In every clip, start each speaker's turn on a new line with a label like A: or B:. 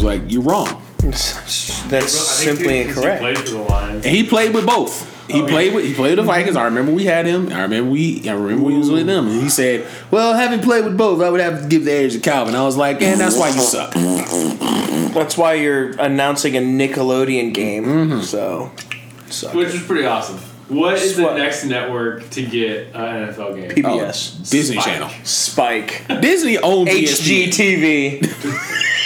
A: Like you're wrong.
B: That's simply incorrect.
C: He played for the Lions.
A: And he played with both.
B: Oh,
A: He played with he played with the Vikings. I remember we had him. I remember we I remember we was with him. And he said, "Well, having played with both, I would have to give the edge to Calvin." I was like, "And that's why you suck."
B: That's why you're announcing a Nickelodeon game. So, suck
C: Which
B: it.
C: is pretty awesome. What is the
B: Swat.
C: next network to get an NFL game?
A: Oh,
B: PBS,
A: Disney
C: Spike.
A: Channel.
B: Spike,
A: Disney owned ESPN.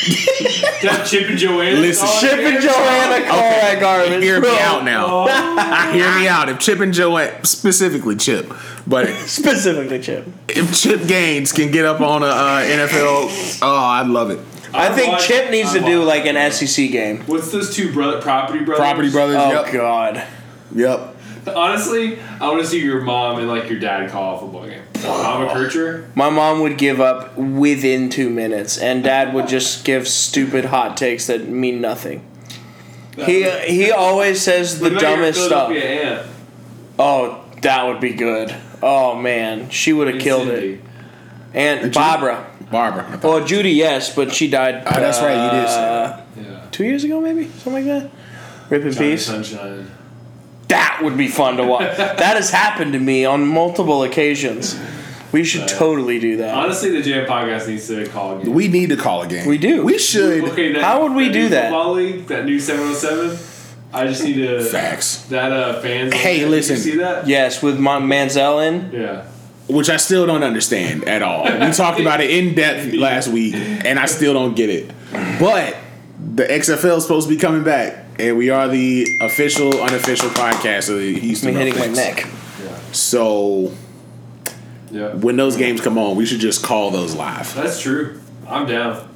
B: HGTV,
C: Can I have Chip and Joanna.
A: Listen,
C: on
B: Chip
C: there?
B: and Joanna, call that garbage.
A: Hear me
B: Bro.
A: out now. Hear me out. If Chip and Joanne, specifically Chip, but
B: Specifically, Chip.
A: if Chip Gaines can get up on a uh, NFL, oh, I'd love it.
B: I
C: I'm
B: think
C: watching-
B: Chip needs
C: I'm
B: to do like
C: watching.
B: an SEC game.
C: What's those two brother property brothers?
A: Property Brothers.
B: Oh
A: yep.
B: God,
A: Yep.
C: Honestly, I want to see your mom and like your dad call a football game.
B: Oh.
C: Mama Kircher.
B: my mom would give up within two minutes, and Dad would just give stupid hot takes that mean nothing. He he always says the dumbest stuff.
C: Aunt,
B: Oh, that would be good. Oh man, she would have killed it. And Barbara.
A: Barbara. I thought-
B: Well, Judy, yes, but she died. uh,
A: Ah, that's right. You did say that.
C: Yeah.
B: Two years ago, maybe something like that. Rip in
C: Johnny
B: peace.
C: Sunshine.
B: That would be fun to watch. that has happened to me on multiple occasions. We should totally do that.
C: Honestly, the Jam Podcast needs to call again.
A: We need to call a game.
B: We do.
A: We should.
C: Okay, that,
B: How would we
C: that
B: do
C: new
B: that?
C: Football league, that new 707. I just need to.
A: Facts.
C: That uh, fans.
A: Hey,
C: Did
A: listen.
C: You see that?
B: Yes, with my Manziel in.
C: Yeah.
A: Which I still don't understand at all. We talked about it in depth last week, and I still don't get it. But the XFL is supposed to be coming back, and we are the official, unofficial podcast of the
B: Me
A: Houston
B: hitting my
A: Roughnecks.
B: neck.
C: Yeah.
A: So
C: Yeah.
A: when those games come on, we should just call those live.
C: That's true. I'm down.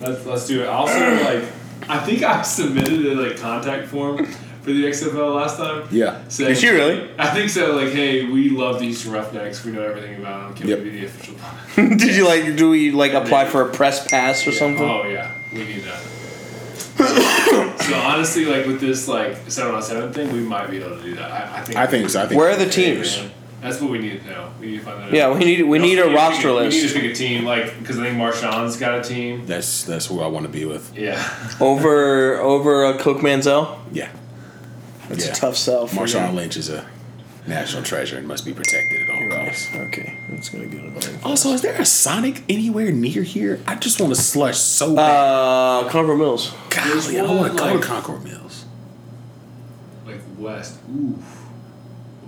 C: Let's let's do it. Also, like, I think I submitted a like contact form for the XFL last time.
A: Yeah.
C: So
B: Did you really?
C: I think so. Like, hey, we love the Eastern Roughnecks. We know everything about them. Can
A: Yep.
C: we be the official?
B: Did you like? Do we like apply for a press pass or something?
C: Oh yeah, we need that. so honestly, like with this like seven on seven thing, we might be able to do that. I, I think.
A: I think so. I think
B: Where are the teams?
C: That's what we need to know. We need to find that out.
B: Yeah, we need we need a
C: Also,
B: roster
C: we need- We need
B: list
C: to pick a team, like because I think Marshawn's got a team.
A: That's that's who I want to be with.
C: Yeah.
B: over over a Cook Manziel.
A: Yeah.
B: That's
A: Yeah.
B: a tough sell. For
A: Marshawn Lynch is a national treasure and must be protected at all costs.
B: you. Okay, that's gonna get annoying.
A: Also, is there a Sonic anywhere near here? I just want to slush so bad.
B: Uh, Conver Mills.
A: Golly, I
C: one,
A: want to go
C: like-
A: to Concord Mills.
C: Like West. Ooh.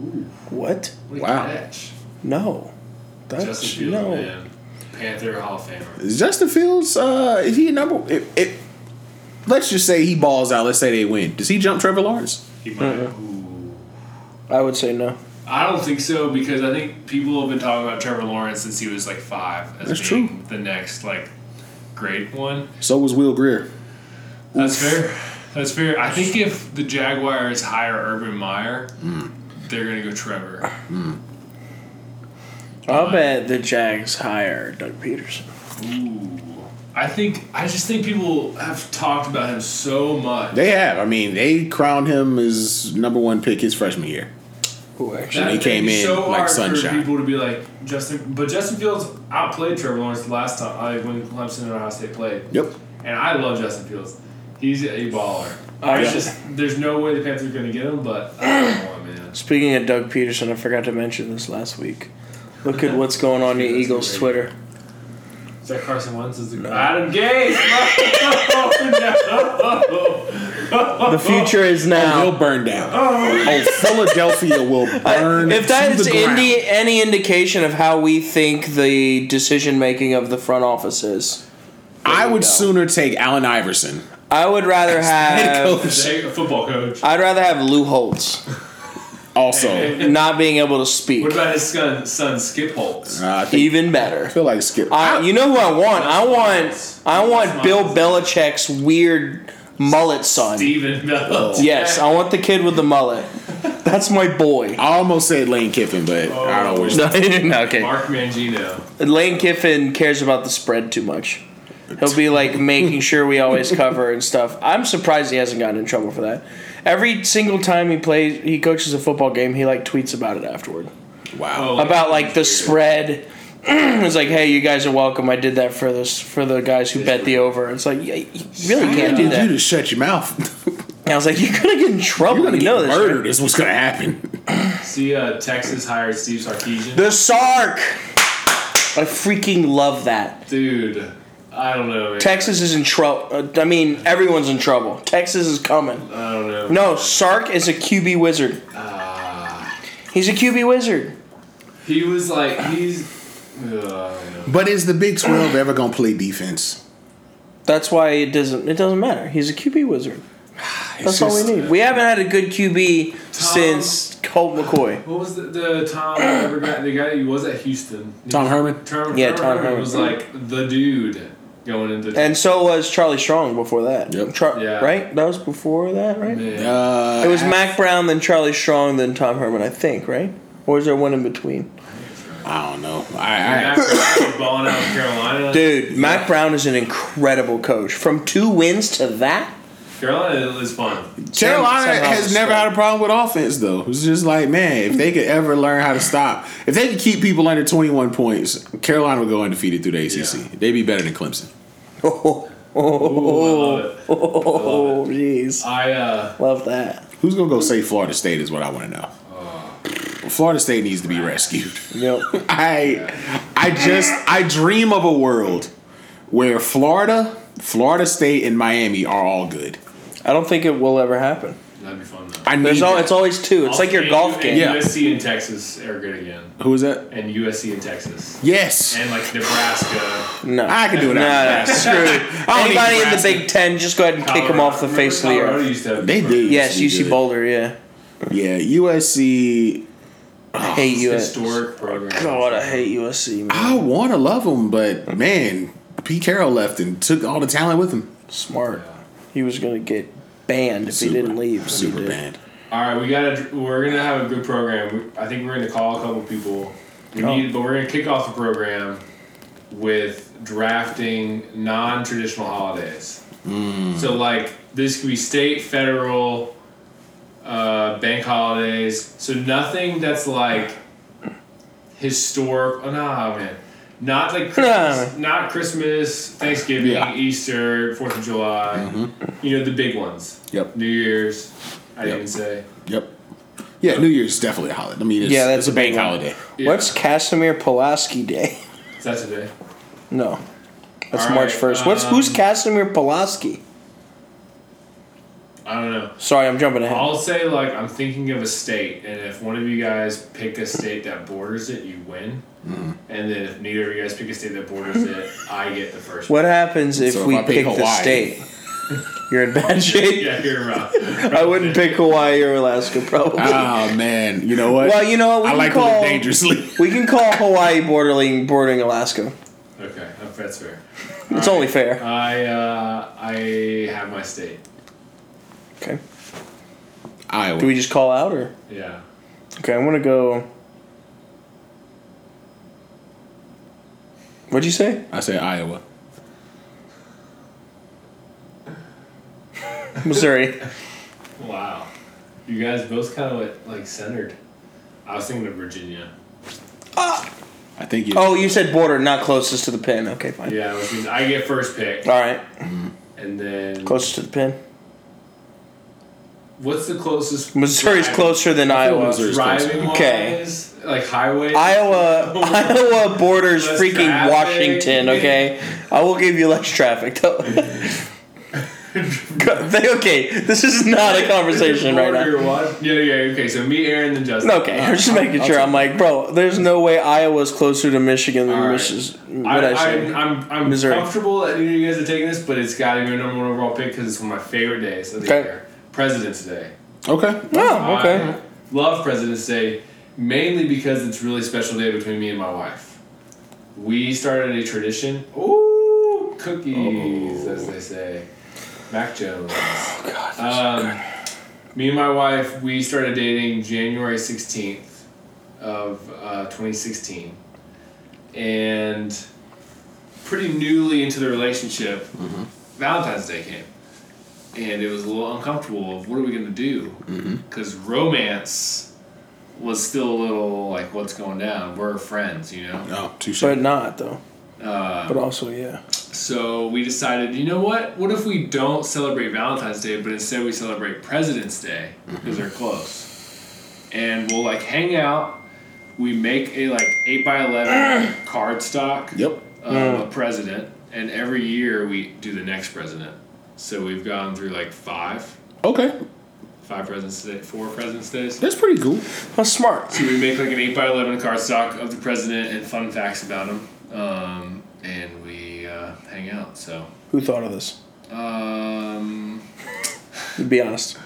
C: Ooh.
B: What?
C: What a
A: Wow.
C: catch.
B: No. That's
C: Justin Fields,
B: no.
C: man. Panther Hall of Famer.
A: Is Justin Fields, uh, is he a number? It, it, let's just say he balls out. Let's say they win. Does he jump Trevor Lawrence?
C: He might.
B: Uh-huh.
C: Ooh.
B: I would say no.
C: I don't think so because I think people have been talking about Trevor Lawrence since he was like five as
A: That's
C: being the next like great one.
A: So was Will Greer.
C: That's fair. That's fair. I think if the Jaguars hire Urban Meyer,
B: Hmm.
C: they're gonna go Trevor. Uh,
B: I'll bet the Jags hire Doug Peterson.
C: Ooh. I think I just think people have talked about him so much.
A: They have. I mean, they crowned him as number one pick his freshman year.
B: Who actually?
A: And he
C: That'd
A: came
C: be
A: in like
C: hard
A: sunshine.
C: For people to be like Justin, but Justin Fields outplayed Trevor Lawrence the last time like, when Clemson and Ohio State played.
A: Yep.
C: And I love Justin Fields. He's a baller.
B: I
C: There's
B: got-
C: just there's no way the Panthers are gonna get him, but I don't know, man.
B: Speaking of Doug Peterson, I forgot to mention this last week. Look at what's going on in
C: That's
B: Eagles
C: great.
B: Twitter.
C: Is that Carson Wentz? Is the Adam Gaze? No.
B: The future is
A: Will
B: now.
A: burn down. Oh, Philadelphia will burn.
B: If
A: to
B: that's
A: the ground.
B: any any indication of how we think the decision making of the front office is,
A: I
B: you
A: would
B: go.
A: sooner take Allen Iverson.
B: I would rather
A: Head
B: have
A: coach.
C: Hey, a football coach.
B: I'd rather have Lou Holtz
A: Also, uh,
B: not being able to speak.
C: What about his son, son Skip Holtz?
A: I think
B: Even better.
A: I feel like Skip.
B: I, you know who I want? I want I want
C: That's
B: Bill
C: mine.
B: Belichick's weird mullet son.
C: Steven Miller.
A: Oh.
B: Yes, I want the kid with the mullet. That's my boy.
A: I almost said Lane Kiffin, but I don't wish.
B: No, okay.
C: Mark Mangino.
B: Lane Kiffin cares about the spread too much. He'll be like making sure we always cover and stuff. I'm surprised he hasn't gotten in trouble for that. Every single time he plays, he coaches a football game, he like tweets about it afterward.
A: Wow.
C: Oh,
B: About like the spread it's like, hey, you guys are welcome. I did that for this for the guys who bet the over. It's like, yeah, you really can't do
A: You
B: that.
A: just shut your mouth.
B: And I was like, you're gonna get in trouble.
A: You're gonna
B: you
A: get
B: know this.
A: murdered. Is what's gonna happen.
C: See, uh, Texas hired Steve Sarkeesian.
A: The Sark.
B: right? I freaking love that.
C: Dude, I don't know. Man.
B: Texas is in trouble. Uh, I mean, everyone's in trouble. Texas is coming.
C: I don't know.
B: No, Sark is a QB wizard. He's a QB wizard.
C: He was like, he's. Ugh, I don't know.
A: But is the Big Twelve ever gonna play defense?
B: That's why it doesn't. It doesn't matter. He's a QB wizard. That's
A: It's
B: all
A: just-
B: we need. We haven't had a good QB since Colt McCoy.
C: What was the, the Tom ever guy? The guy who was at Houston.
A: Tom Herman.
C: Tom,
B: Yeah,
C: Tom
B: Tom
C: Herman was
B: Herman.
C: like the dude going into.
B: And so was Charlie Strong before that.
A: Yep.
B: Char-
C: Yeah.
B: Right? That was before that, right?
C: Man.
A: Uh,
B: It was Mac Brown, then Charlie Strong, then Tom Herman, I think, right? Or is there one in between?
A: I don't know. I, I
C: After I was balling out in Carolina.
B: Dude, Mac Brown is an incredible coach. From two wins to that?
C: Carolina is fun.
A: Carolina
B: somehow
A: has
B: it's
A: never
B: still-
A: had a problem with offense though. It's just like man, if they could ever learn how to stop, if they could keep people under twenty one points, Carolina would go undefeated through the ACC.
C: Yeah.
A: They'd be better than Clemson.
B: Oh, oh,
C: Ooh, I love it.
B: oh, jeez.
C: I uh,
B: Love that.
A: Who's gonna go save Florida State is what I want to know.
B: Uh.
A: Florida State needs to be rescued.
B: Yep.
A: I I just I dream of a world where Florida, Florida State, and Miami are all good.
B: I don't think it will ever happen.
C: that'd be fun though.
A: I need
B: There's all,
A: that.
B: it's always two. It's like your
C: And
B: golf
C: U-
B: game.
C: And
A: Yeah.
C: USC and Texas are good again,
A: who is that?
C: and USC and Texas,
A: Yes,
C: and like Nebraska.
B: No.
A: I can do it.
B: No, no, Ah, screw it.
A: don't need
B: Anybody in the
A: Nebraska.
B: Big Ten, just go ahead and kick them off the
C: Remember
B: face of the
C: Colorado
B: earth.
C: used to have-
A: They did.
B: Yes,
A: used to be
B: UC
A: good.
B: Boulder, yeah.
A: Yeah, USC.
B: I hate USC.
C: Historic program.
B: God, I hate USC, man.
A: I want to love them, but man, Pete Carroll left and took all the talent with him.
B: Smart. He was gonna get banned if
A: Super-
B: he didn't leave. but he
A: Super
B: did.
A: bad.
C: All right, we gotta. We're gonna have a good program. I think we're gonna call a couple people. We
B: Oh.
C: need, but we're gonna kick off the program with drafting non-traditional holidays.
A: Hmm.
C: So like this could be state, federal, uh, bank holidays. So nothing that's like historic. Oh, nah, man. Not like Christmas, not Christmas, Thanksgiving,
A: Yeah. Mm-hmm.
C: Easter, Fourth of July. You know the big ones.
A: Yep.
C: New Year's. I
A: Yep.
C: didn't say.
A: Yep. Yeah, New Year's is definitely a holiday. I mean, it's,
B: Yeah, that's
A: it's a
B: a big
A: bank
B: one.
A: holiday.
C: Yeah.
B: What's Casimir Pulaski Day?
C: Is that today?
B: No, that's
C: All
B: March
C: right,
B: first. What's who's
C: um,
B: Casimir Pulaski?
C: I don't know.
B: Sorry, I'm jumping ahead.
C: I'll say like I'm thinking of a state, and if one of you guys pick a state that borders it, you win. And then if neither of you guys pick a state that borders it, I get the first.
B: what happens if
A: So if
B: we
A: I pick
B: pick the
A: Hawaii.
B: state? You're in bad shape.
C: Yeah, you're rough.
B: I wouldn't pick Hawaii or Alaska, probably.
A: Oh man, you know what?
B: well, you know what? We
A: I
B: can
A: like to
B: call
A: live dangerously.
B: we can call Hawaii bordering bordering Alaska.
C: Okay, that's fair.
B: It's only fair.
C: I uh, I have my state.
B: Okay.
A: Iowa.
B: Do we just call out or?
C: Yeah.
B: Okay, I'm gonna go. What'd you say?
A: I say Iowa.
B: Missouri.
C: Wow. You guys both kind of went like centered. I was thinking of Virginia.
A: I think you.
B: oh, you said border, not closest to the pin. Okay, fine.
C: Yeah, I, was thinking, I get first pick,
B: All right,
C: and then
B: closest to the pin.
C: what's the closest?
B: Missouri's
C: drive-
B: closer than Iowa.
A: Missouri's-
C: Driving
B: Okay.
C: wise, like highway.
B: Iowa, Iowa borders
C: Less
B: freaking
C: traffic.
B: Washington. Okay, I will give you less traffic though. Go- they- okay, this is not a conversation right now.
C: Border one. Yeah, yeah. Okay, so me, Aaron, and Justin.
B: Okay, I'm just making sure. I'm like, bro, there's no way Iowa's closer to Michigan than
C: All right.
B: Michigan. What
C: I,
B: I,
C: I,
B: say?
C: am I'm, I'm
B: Missouri.
C: comfortable that you guys are taking this, but it's got to be a number one overall pick because it's one of my favorite days of the
B: Okay.
C: year. President's Day.
A: okay.
B: Oh, okay.
C: I love President's Day mainly because it's a really special day between me and my wife. We started a tradition. Ooh, cookies, as they say. Mac Jones. Oh God. Um, me and my wife, we started dating January 16th of uh, 2016. And pretty newly into the relationship, Valentine's Day came. And it was a little uncomfortable of what are we going to do? Because romance was still a little like, what's going down? We're friends, you know?
A: Oh, too short.
B: but not though.
C: Uh,
B: But also, yeah.
C: so we decided, you know what? What if we don't celebrate Valentine's Day, but instead we celebrate President's Day because they're close, and we'll like hang out. We make a like eight by eleven card stock.
A: Yep.
C: um, a president, and every year we do the next president. So we've gone through like five,
A: Okay,
C: five presidents today, four presidents days.
A: that's pretty cool.
B: That's smart.
C: So we make like an eight by eleven cardstock of the president and fun facts about him, um, and we uh, hang out. So
B: Who thought of this?
C: um,
B: To be honest.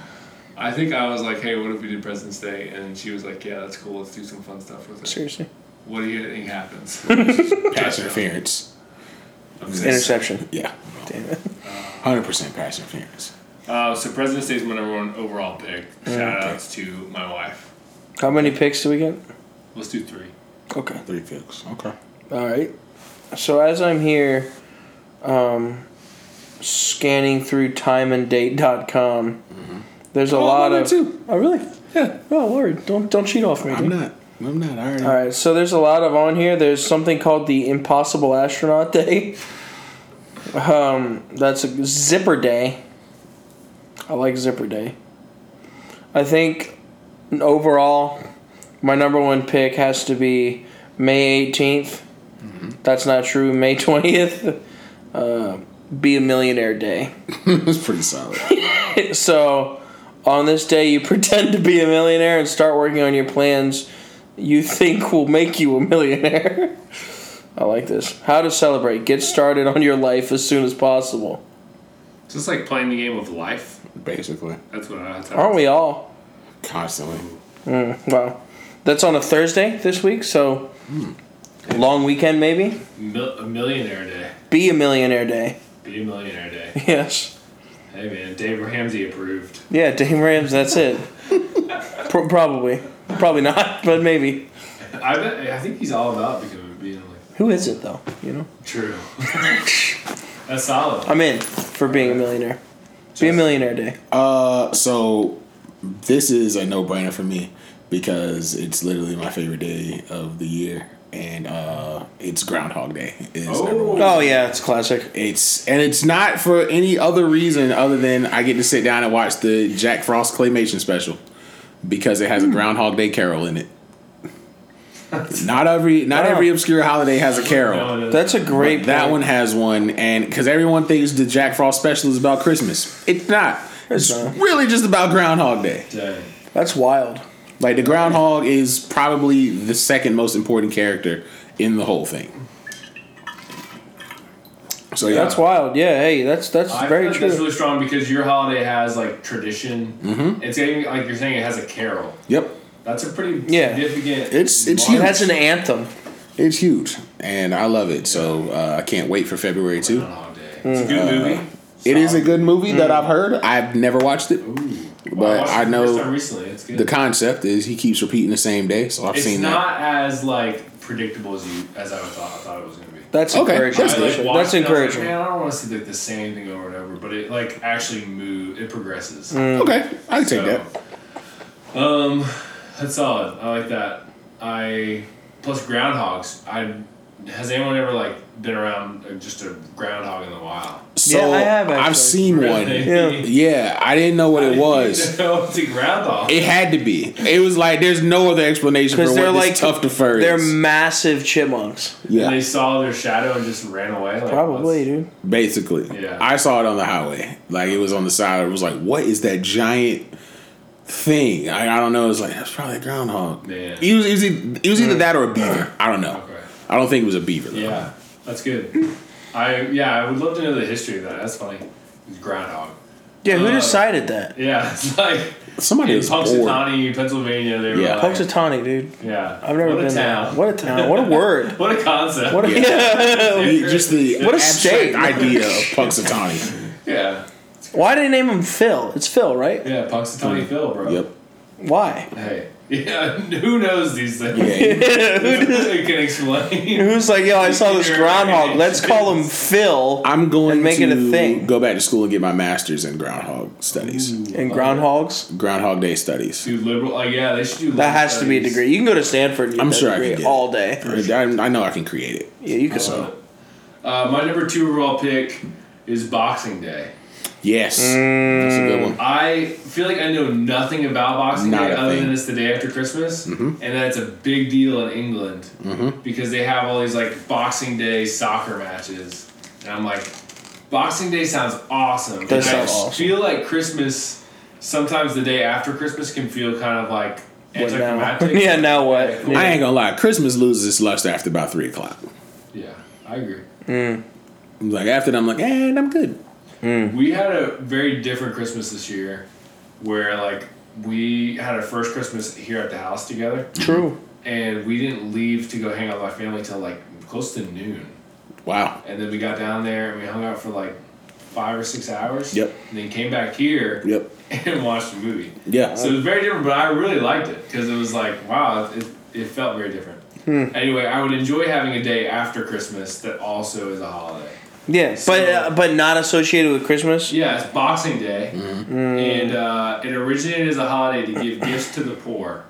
C: I think I was like, "Hey, what if we did President's Day?" And she was like, "Yeah, that's cool. Let's do some fun stuff with it."
B: Seriously.
C: What do you think happens?
A: Pass interference.
C: I'm saying-
B: Interception.
A: Yeah,
B: Damn it.
A: hundred percent pass interference.
C: Uh, so President's Day is my number one overall pick. Shout outs to my wife.
B: How many picks do we get?
C: Let's do three.
B: Okay.
A: Three picks. Okay.
B: All right. So as I'm here, um, scanning through timeanddate.com, com, there's a
A: Oh, I'm
B: lot
A: on there
B: of.
A: too.
B: Oh really? Yeah. Oh Lord, don't don't cheat off me.
A: I'm
B: dude.
A: not. I'm not. I already.
B: All right. So there's a lot of on here. There's something called the Impossible Astronaut Day. Um, that's a zipper day. I like zipper day. I think overall, my number one pick has to be May 18th. That's not true. May 20th. Uh, be a millionaire day.
A: That's pretty solid.
B: So, on this day, you pretend to be a millionaire and start working on your plans you think will make you a millionaire. I like this. How to celebrate. Get started on your life as soon as possible.
C: It's just like playing the game of life.
A: Basically,
C: That's what I thought.
B: Aren't we all?
A: constantly.
B: Wow. That's on a Thursday this week, so long weekend maybe.
C: Mil- a millionaire day.
B: Be a millionaire day.
C: Be a millionaire day.
B: Yes.
C: hey man, Dave Ramsey approved.
B: Yeah, Dame Rams, that's it. Pro- probably. Probably not, but maybe.
C: I bet. I think he's all about becoming being like
B: Who is it though? You know?
C: true. That's solid.
B: I'm in for being a millionaire. Be a
C: Just-
B: millionaire day.
A: Uh, so this is a no-brainer for me because it's literally my favorite day of the year, and uh, it's Groundhog Day. Is number one.
B: Oh yeah, it's classic.
A: It's and it's not for any other reason other than I get to sit down and watch the Jack Frost claymation special because it has a Groundhog Day carol in it. not every not
B: Wow.
A: every obscure holiday has a carol.
C: No, it is.
B: That's a great.
A: But that
B: point.
A: one has one, and because everyone thinks the Jack Frost special is about Christmas, it's not.
B: It's
A: It's
B: not.
A: really just about Groundhog Day.
C: Dang.
B: That's wild.
A: Like the Groundhog is probably the second most important character in the whole thing. So yeah,
B: That's wild. Yeah. Hey, that's that's
C: I
B: very
C: think
B: true.
C: That's really strong because your holiday has like tradition. Mm-hmm. It's even, like you're saying it has a carol.
A: yep,
C: That's a pretty
B: Yeah.
C: significant.
A: It's- it's
B: it
A: huge.
B: has an anthem.
A: it's huge, and I love it. So uh, I can't wait for February too. Mm-hmm.
C: holiday. It's a good movie.
A: It is a good movie that I've heard. mm, I've never watched it,
C: Ooh.
A: but
C: watched
A: I
C: it for the
A: know
C: first time recently. It's good.
A: the concept is he keeps repeating the same day. So I've
C: it's
A: seen that.
C: not as like predictable as you as I thought. I thought it was gonna be.
B: That's
A: Okay,
B: encouraging.
A: that's
C: I, like,
A: good.
C: watched
B: that's
C: it, I was like,
B: encouraging.
C: Man, I don't want to see like the same thing over and over, but it like actually move. It
A: Mm-hmm.
C: progresses.
A: Okay, I can take
C: So,
A: that.
C: Um, that's solid. I like that. I plus groundhogs. I has anyone ever like been around uh, just a groundhog in the wild?
A: So
B: Yeah, I have,
A: I've
B: actually.
A: seen
C: Really?
A: one. Yeah, I didn't know what it was.
C: No, it's a groundhog.
A: It had to be. It was like there's no other explanation for
B: Because
A: what
B: they're
A: this
B: like
A: tough to fur
B: They're
A: is.
B: massive chipmunks.
C: And
A: yeah,
C: they saw their shadow and just ran away. Like,
B: Probably,
C: what's-
B: dude.
A: basically.
C: Yeah.
A: I saw it on the highway. Like it was on the side. It was like, what is that giant thing? I, I don't know. It was like that's probably a groundhog.
C: Man.
A: It was, it was, e- it was either that or a beaver. I don't know.
C: Mm. Okay.
A: I don't think it was a beaver. Though.
C: Yeah, that's good. I yeah, I would love to know the history of that. That's funny. It's groundhog.
B: Yeah. Who
C: Uh,
B: decided that?
C: Yeah, it's like
A: Somebody
C: in
A: was bored.
C: Punxsutawney, Pennsylvania. They were
A: Yeah.
C: like,
B: Punxsutawney, dude.
C: yeah.
B: I've never
C: what
B: been
C: a town.
B: there. What a town. What a word.
C: What a concept.
B: What a, Oh,
A: The- Just the
B: What a
A: abstract
B: state.
A: idea of Punxsutawney.
C: yeah.
B: Why did they name him Phil? It's Phil, right?
C: Yeah, Punxsutawney Phil, bro.
A: yep.
B: Why?
C: Hey, Yeah, who knows these things?
A: Yeah.
B: Who does-
C: Who can explain?
B: Who's like, yo, I saw this groundhog. Let's call him Phil
A: I'm going
B: And make
A: to
B: it a thing.
A: go back to school and get my master's in groundhog studies,
B: and groundhogs.
A: groundhog day studies.
C: Do liberal? Like, yeah, they should do. liberal
B: That has to be a
C: studies.
B: degree. You can go to Stanford and get
A: I'm
B: that
A: sure I
B: degree
A: can get
B: all
A: it.
B: day.
A: I, I know I can create it.
B: Yeah, you can.
A: So
C: Uh, my number two overall pick is Boxing Day.
A: yes, that's a good
B: Mm.
A: one.
C: I feel like I know nothing about Boxing
A: Not
C: Day
A: a
C: other
A: thing.
C: than it's the day after Christmas, and
B: Mm-hmm.
C: that it's a big deal in England because they have all these like Boxing Day soccer matches, and I'm like, Boxing Day sounds awesome.
B: That
C: and I
B: sounds
C: just
B: awesome.
C: feel like Christmas sometimes the day after Christmas can feel kind of like
B: What now?
C: anticlimactic.
B: yeah, now what?
A: I
B: Yeah.
A: ain't gonna lie, Christmas loses its luster after about three o'clock.
C: yeah, I agree.
A: I'm like after that, I'm like, and I'm good.
B: Mm.
C: We had a very different Christmas this year, where like we had our first Christmas here at the house together.
B: True.
C: and we didn't leave to go hang out with my family till like close to noon.
A: Wow.
C: And then we got down there and we hung out for like five or six hours.
A: Yep.
C: And then came back here
A: Yep.
C: and watched a movie.
A: Yeah.
C: So it was very different, but I really liked it because it was like, wow, it, it felt very different.
A: Hmm.
C: Anyway, I would enjoy having a day after Christmas that also is a holiday.
B: Yeah, but uh, but not associated with Christmas.
C: Yeah, it's Boxing Day,
A: Mm-hmm.
C: and uh, it originated as a holiday to give gifts to the poor.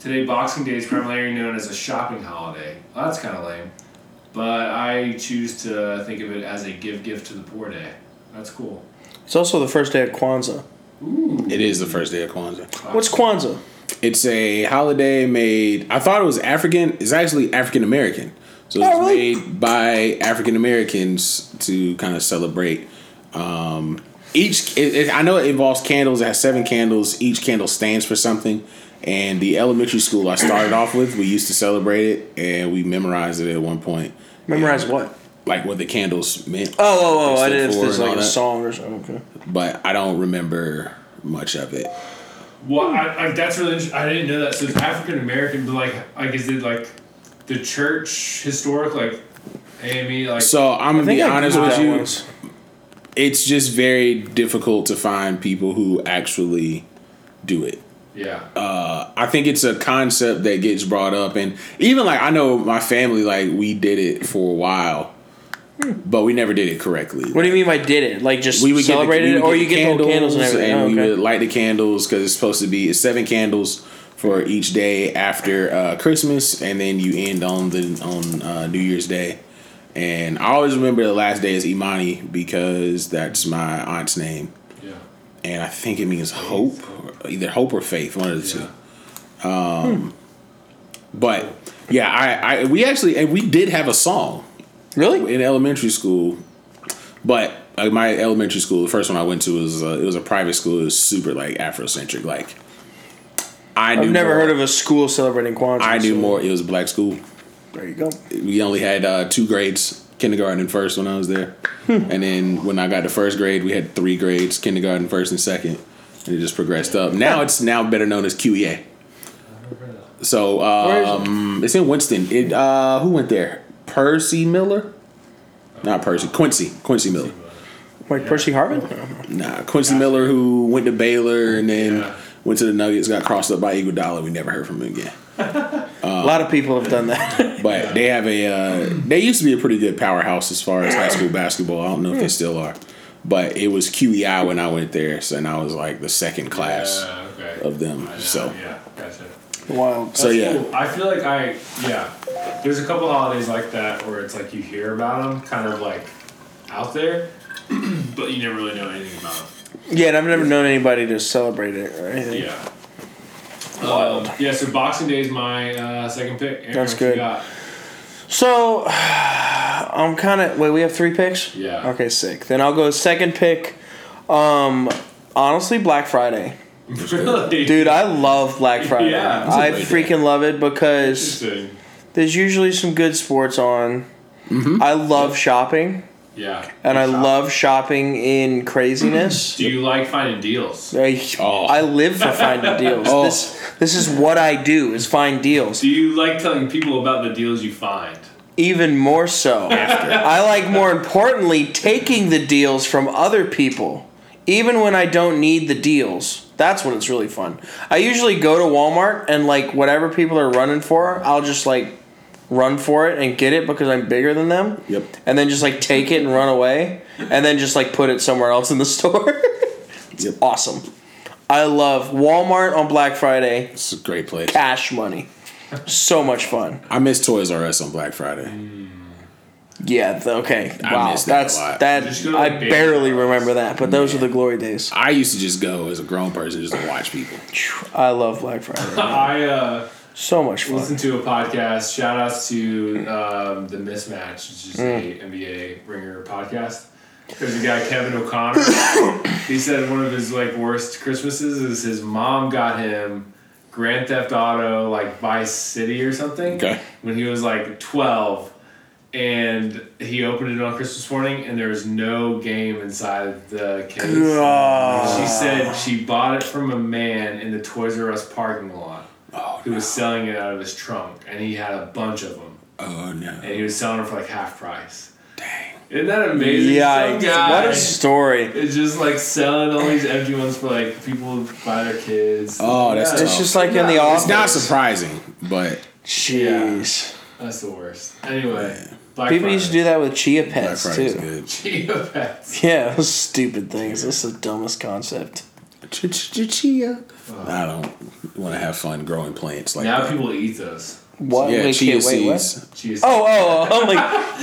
C: Today, Boxing Day is primarily known as a shopping holiday. Well, that's kind of lame, but I choose to think of it as a give gift to the poor day. That's cool.
B: It's also the first day of Kwanzaa.
C: Ooh,
A: It is the first day of Kwanzaa.
B: What's Kwanzaa?
A: It's a holiday made. I thought it was African. It's actually African American. So it's
B: Oh, really?
A: made by African Americans to kind of celebrate. Um, each, it, it, I know it involves candles. It has seven candles. Each candle stands for something. And the elementary school I started off with, we used to celebrate it, and we memorized it at one point,
B: Memorize what?
A: like what the candles meant.
B: Oh, oh, oh! I
A: Except
B: didn't.
A: for
B: There's
A: and all
B: like a
A: that.
B: song or something. Okay.
A: But I don't remember much of it.
C: Well, I, I, that's really. Inter- I didn't know that. So it's African American, but like, like is it like the church historic, like AME, like
A: So I'm
B: I
A: gonna
B: think
A: be
B: I
A: honest
B: Googled
A: with
B: that
A: you.
B: once.
A: it's just very difficult to find people who actually do it.
C: yeah,
A: Uh, I think it's a concept that gets brought up, and even like I know my family, like we did it for a while,
B: Hmm.
A: but we never did it correctly.
B: What do you mean by did it? Like just
A: We would
B: celebrate
A: get the, we
B: it,
A: would
B: or you
A: the
B: get the whole candles and everything? Oh,
A: we
B: okay.
A: would light the candles because it's supposed to be it's seven candles for each day after uh, Christmas, and then you end on the on uh, New Year's Day. And I always remember the last day is Imani because that's my aunt's name
C: yeah.
A: and I think it means hope, or either hope or faith, one of the two. Um, but yeah, I, I we actually and we did have a song
B: Really?
A: in elementary school, but uh, my elementary school, the first one I went to was uh, it was a private school. It was super like Afrocentric. Like I knew
B: I've never
A: more,
B: heard of a school celebrating Kwanzaa.
A: I knew
B: so-
A: more. It was a black school.
B: There you go.
A: We only had uh, two grades. Kindergarten and first when I was there,
B: Hmm.
A: and then when I got to first grade, we had three grades: kindergarten, first, and second, and it just progressed up. Now it's now better known as QEA. So
B: Where is it?
A: um, it's in Winston. It uh, who went there? Percy Miller, not Percy. Quincy. Quincy Miller.
B: Like Percy Harvin.
A: Nah, Quincy Miller who went to Baylor and then
C: Yeah.
A: went to the Nuggets, got crossed up by Iguodala. We never heard from him again.
B: a lot of people have done that.
A: But they have a uh, they used to be a pretty good powerhouse as far as high school basketball. I don't know if they still are, but it was QEI when I went there, so and I was like the second class
C: Yeah, okay.
A: of them.
C: Yeah,
A: So
C: yeah, gotcha.
B: Wild.
A: so
C: That's
A: yeah,
C: cool. I feel like I yeah. There's a couple holidays like that where it's like you hear about them, kind of like out there, but you never really know anything about them.
B: Yeah, and I've never known anybody to celebrate it or anything.
C: Yeah. Wild. yeah. So Boxing Day is my uh, second pick. Aaron,
B: That's
C: what you
B: good.
C: got?
B: So I'm kind of wait. We have three picks.
C: Yeah.
B: Okay, sick. Then I'll go second pick. Um, honestly, Black Friday,
C: really,
B: dude. I love Black Friday.
C: Yeah, it's a
B: I
A: great
B: freaking love it because
C: Interesting.
B: there's usually some good sports on.
C: Mm-hmm.
B: I love shopping,
C: Yeah.
B: and I love shopping in craziness.
C: Do you like finding deals?
B: I,
A: Oh.
B: I live for finding deals.
A: Oh.
B: This this is what I do is find deals.
C: Do you like telling people about the deals you find?
B: Even more so. I like more importantly taking the deals from other people. even when I don't need the deals. That's when it's really fun. I usually go to Walmart and like whatever people are running for, I'll just like run for it and get it because I'm bigger than them.
A: Yep.
B: And then just like take it and run away and then just like put it somewhere else in the store. it's
A: Yep.
B: awesome. I love Walmart on Black Friday.
A: It's a great place.
B: Cash money. So much fun.
A: I miss Toys R Us on Black Friday.
B: Yeah. th- Okay.
A: I
B: Wow.
A: miss that a
B: That's
A: lot.
B: that.
C: Just go to
B: I
C: the big
B: barely
C: house.
B: remember that, but those are the glory days.
A: I used to just go as a grown person just to watch people.
B: I love Black Friday.
C: I uh,
B: So much fun.
C: listened to a podcast. Shout outs to um, the mismatch, which is a NBA ringer podcast. There's a guy Kevin O'Connor. he said one of his like worst Christmases is his mom got him Grand Theft Auto like Vice City or something
A: Okay.
C: when he was like twelve. And he opened it on Christmas morning, and there was no game inside the case. She said she bought it from a man in the Toys R Us parking lot
A: Oh,
C: who was selling it out of his trunk, and he had a bunch of them,
A: Oh no.
C: and he was selling them for like half price.
A: Dang.
C: Isn't that amazing? Some
B: Yeah.
C: guy
B: What a story.
C: is just like selling all these empty ones for like people to buy their kids.
A: Oh, that's
C: Yeah.
A: tough.
B: It's just like in the
A: It's not
B: office.
A: surprising, but
B: Jeez.
C: that's the worst. Anyway, Black
B: People used to do that with chia
A: Black
B: pets
A: Friday's
B: too.
A: good.
C: Geopets.
B: Yeah, those stupid things. That's the dumbest concept.
A: Chia. Uh, I don't want to have fun growing plants like
C: Now
A: that.
C: people eat those.
B: What?
A: yeah,
B: Wait,
A: chia
B: wait, wait, what?
A: seeds.
C: Chia
B: Oh, oh, oh! I'm like,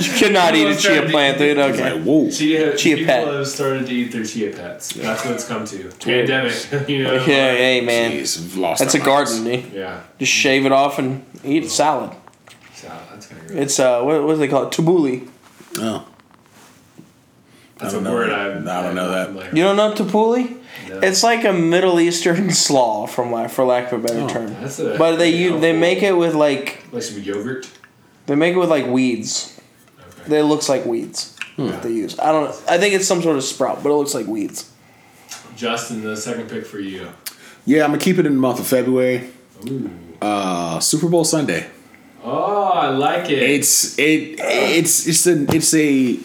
B: you cannot eat a
C: Everyone's trying
B: chia
C: to
B: plant, dude.
A: It's
B: Okay.
A: like whoa.
C: Chia,
B: Chia
C: people
B: pet.
C: have started to eat their chia pets. That's what it's come to.
B: weird.
C: Pandemic, you know.
B: Yeah, hey man,
A: Jeez, I've lost
B: that's a
A: my minds.
B: garden. dude.
C: Yeah.
B: Just shave it off and eat salad.
C: So that's kind of great.
B: It's uh, what, what do they call it? Tabbouleh.
A: Oh,
C: That's
A: I don't
C: a
A: know.
C: word I've,
A: I don't know that.
B: You don't know tabbouleh? It's like a Middle Eastern slaw, from la- for lack of a better term.
C: Oh, That's a,
B: But they you, they make it with like
C: like some yogurt.
B: they make it with like weeds.
C: Okay.
B: It looks like weeds
A: Hmm.
B: that they use. I don't. I think it's some sort of sprout, but it looks like weeds.
C: Justin, the second pick for you.
A: yeah. I'm gonna keep it in the month of February.
C: Ooh.
A: Uh, Super Bowl Sunday.
C: Oh, I like it.
A: It's it it's it's a it's a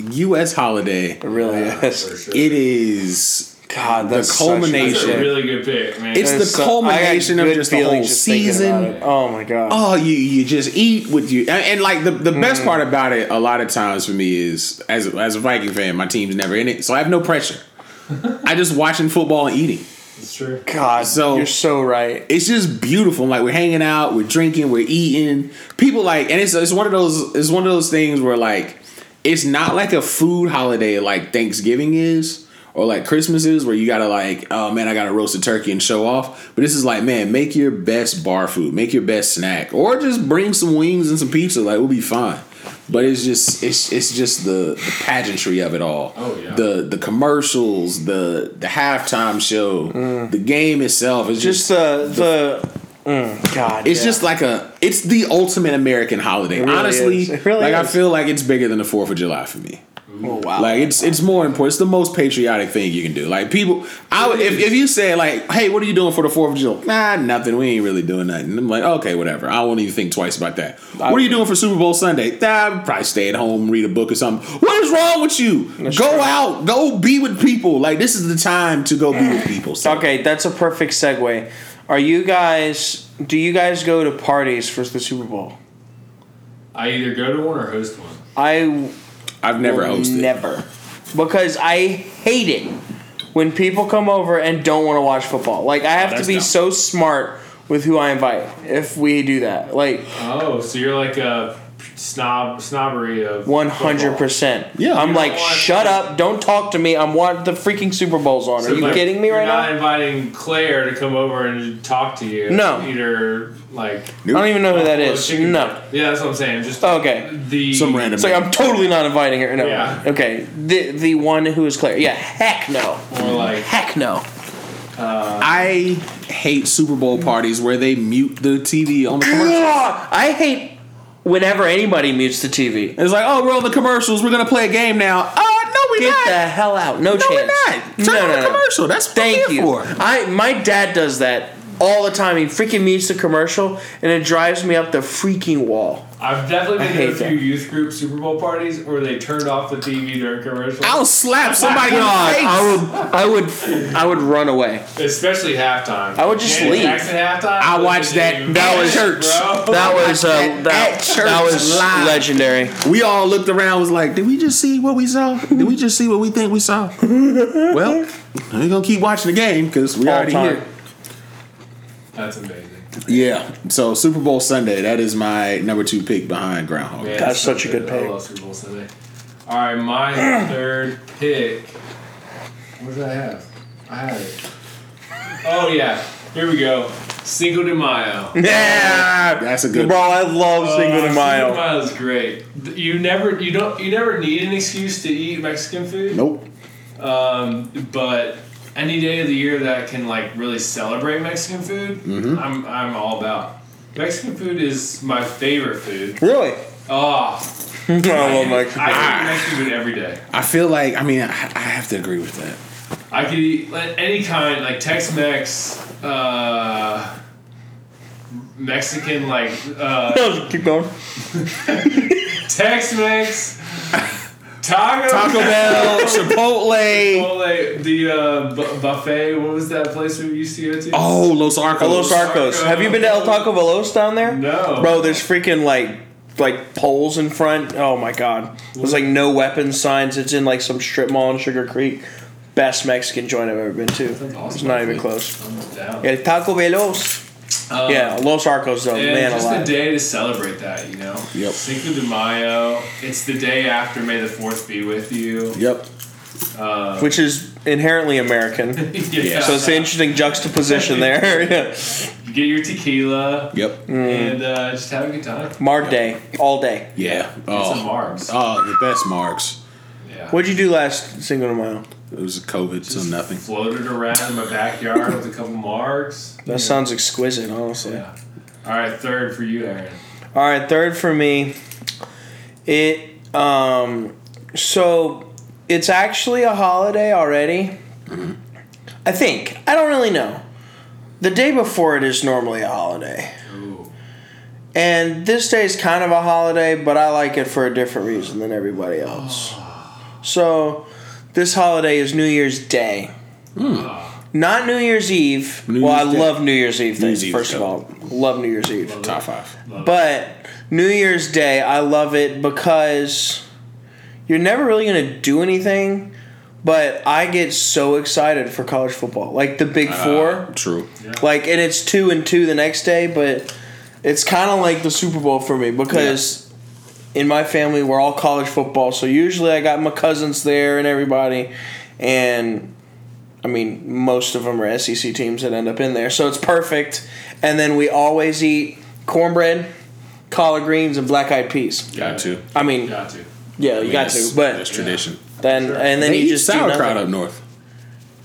A: U.S. holiday.
B: It really
C: for
B: is.
C: sure.
A: It is
B: God, that's
A: The
B: such-
A: culmination.
C: That's
B: that's a
C: a
B: really-
C: really good pick, man.
A: It's- the
B: so- I got
A: culmination of
B: good
A: just the
B: feelings
A: whole
B: just thinking about
A: season.
B: it. Oh my god.
A: oh you you just eat with you and, and, like the, the best
B: Mm.
A: part about it a lot of times for me is as as a Viking fan my team's never in it so I have no pressure. I just watching football and eating.
C: it's true.
B: God,
A: So-
B: you're so right.
A: it's just beautiful. Like we're hanging out, we're drinking, we're eating. People like, and it's it's one of those it's one of those things where like it's not like a food holiday like Thanksgiving is or like Christmas is where you gotta like oh man I gotta roast a turkey and show off. But this is like man make your best bar food, make your best snack, or just bring some wings and some pizza. Like we'll be fine. But it's just it's it's just the, the pageantry of it all.
C: Oh, yeah.
A: The the commercials, the the halftime show,
C: Mm.
A: the game itself. It's just
B: Just the the. mm, God.
A: it's
B: yeah.
A: just like a. It's the ultimate American holiday.
B: really
A: Honestly,
B: is. It really
A: like I
B: is.
A: feel like it's bigger than the Fourth of July for me.
B: Oh, wow.
A: Like it's it's more important. It's the most patriotic thing you can do. Like people, I would, if if you say like, hey, what are you doing for the Fourth of July? Nah, nothing. We ain't really doing nothing. I'm like, okay, whatever. I won't even think twice about that. what are you doing for Super Bowl Sunday? Nah, I'll probably stay at home, read a book or something. What is wrong with you? go out, go be with people. Like this is the time to go be with people. So,
B: Okay, that's a perfect segue. Are you guys? Do you guys go to parties for the Super Bowl?
C: I either go to one or host one.
B: I
A: I've never
B: will
A: hosted.
B: Never, because I hate it when people come over and don't want to watch football. Like I have to
A: that's
B: be
A: dumb.
B: so smart with who I invite if we do that. Like
C: Oh, so you're like a snob snobbery of
B: one hundred percent.
A: Yeah.
B: I'm
A: You
B: like,
C: don't want-
B: shut up! Don't talk to me. I'm want the freaking Super Bowls on.
C: football.
B: Are you
C: So, like,
B: kidding me
C: you're
B: right
C: not
B: now?
C: inviting Claire to come over and talk to you.
B: No.
C: either like
B: I don't even know who that is.
C: Chicken-
B: No. Oh,
C: Yeah, that's what I'm saying. Just
B: Okay.
C: the
A: Some random.
B: It's like I'm totally not inviting her. No.
C: Yeah.
B: Okay. The the one who is Claire. Yeah. Heck no.
C: Or like
B: Heck no.
A: I hate Super Bowl parties where they mute the TV on the commercials.
B: Ugh, I hate whenever anybody mutes the TV.
A: It's like, oh, we're on the commercials. We're gonna play a game now. Uh, no, we
B: Get
A: not.
B: the hell out. No,
A: no,
B: chance.
A: we not. Turn
B: No,
A: on
B: no,
A: the
B: no.
A: commercial. That's what
B: Thank
A: we're here
B: you.
A: for.
B: I my dad does that all the time. He freaking meets the commercial, and it drives me up the freaking wall.
C: I've
B: I
C: definitely been to a
B: hate
C: few
B: that.
C: youth group Super Bowl parties where they turned off the TV during commercials.
A: I'll slap somebody in the
B: God,
A: face.
B: I would, I would, I would run away.
C: Especially halftime.
B: I would just
C: Janet
B: leave.
C: Jackson halftime.
A: I
C: was
A: watched
C: a
A: that-
C: dude.
A: that
B: was-
A: Church.
C: Bro.
B: That was uh,
A: At- at
B: that,
A: church
B: that was
A: live.
B: legendary.
A: We all looked around, was like, did we just see what we saw? Did we just see what we think we saw? well, we're gonna keep watching the game because we
B: All
A: already
B: time.
A: here.
C: That's amazing.
A: Yeah. So Super Bowl Sunday, that is my number two pick behind Groundhog.
C: Man,
A: Day.
B: That's
C: so
B: such a good
C: I
B: pick.
C: love Super Bowl Sunday. All right, my third pick. What did I have? I had it. Oh yeah, here we go. Cinco de Mayo.
B: Yeah,
A: That's a good.
B: bro. I love Cinco
A: Uh,
B: de
C: Cinco de
B: Mayo.
C: Mayo is great. You never, you don't, you never need an excuse to eat Mexican food.
A: Nope.
C: Um, but any day of the year that can like really celebrate Mexican food,
A: Mm-hmm.
C: I'm I'm all about. Mexican food is my favorite food.
B: Really?
C: Oh,
B: I love Mexican.
C: I eat Mexican food every day.
A: I feel like I mean I, I have to agree with that.
C: I could eat like, any kind, like Tex-Mex, uh, Mexican, like uh,
B: No, keep going.
C: Tex-Mex, Taco,
A: Taco Bell, Chipotle.
C: Chipotle, the uh, bu- buffet. What was that place we used to go to?
A: Oh, Los Arcos.
B: Los Arcos. Have you been to El Taco Veloz down there?
C: No.
B: Bro, there's freaking like like poles in front. Oh my god. There's like no weapons signs. It's in like some strip mall in Sugar Creek. Best Mexican joint I've ever been to. It's
C: awesome.
B: not even close.
C: I'm down.
B: El Taco Veloz.
C: Um,
B: yeah, Los Arcos though,
C: And
B: man
C: just a
B: alive.
C: day to celebrate that, you know.
A: Yep.
C: Cinco de Mayo. It's the day after May the Fourth be with you.
A: Yep.
B: Which is inherently American.
C: yeah.
B: So it's an interesting juxtaposition there.
C: you get your tequila
A: Yep.
C: and uh, just have a good time.
B: Marg Day, all day.
A: Yeah.
C: Get some
A: Oh.
C: marks.
A: oh, the best marks.
C: Yeah.
B: What'd you do last Cinco de Mayo?
A: It was COVID, so
C: Just
A: nothing.
C: Floated around in my backyard with a couple marks.
B: That sounds exquisite, honestly.
C: Yeah. All right, third for you, Aaron.
B: All right, third for me. It um so it's actually a holiday already. I think. I don't really know. The day before it is normally a holiday.
C: Ooh.
B: And this day is kind of a holiday, but I like it for a different reason than everybody else. So this holiday is New Year's Day. Not New Year's Eve.
A: Hmm. New
B: well,
A: Year's
B: I
A: Day.
B: love New Year's Eve
A: New Year's
B: things,
A: Eve
B: first
A: is
B: of
A: dope.
B: all. Love New Year's Eve.
A: Top five.
B: But New Year's Day, I love it because you're never really going to do anything, but I get so excited for college football. Like the Big
A: Uh,
B: Four.
A: true.
B: Like, and it's two and two the next day, but it's kind of like the Super Bowl for me because in my family, we're all college football. So usually I got my cousins there and everybody. And I mean, most of them are SEC teams that end up in there, so it's perfect. And then we always eat cornbread, collard greens, and black eyed peas.
A: Got to.
B: I mean,
C: Got to.
B: yeah, Oh, you got
A: That's-
B: to, but
A: that's tradition.
B: then and then
A: They
B: you
A: eat
B: just do
A: sauerkraut
B: nothing.
A: up north.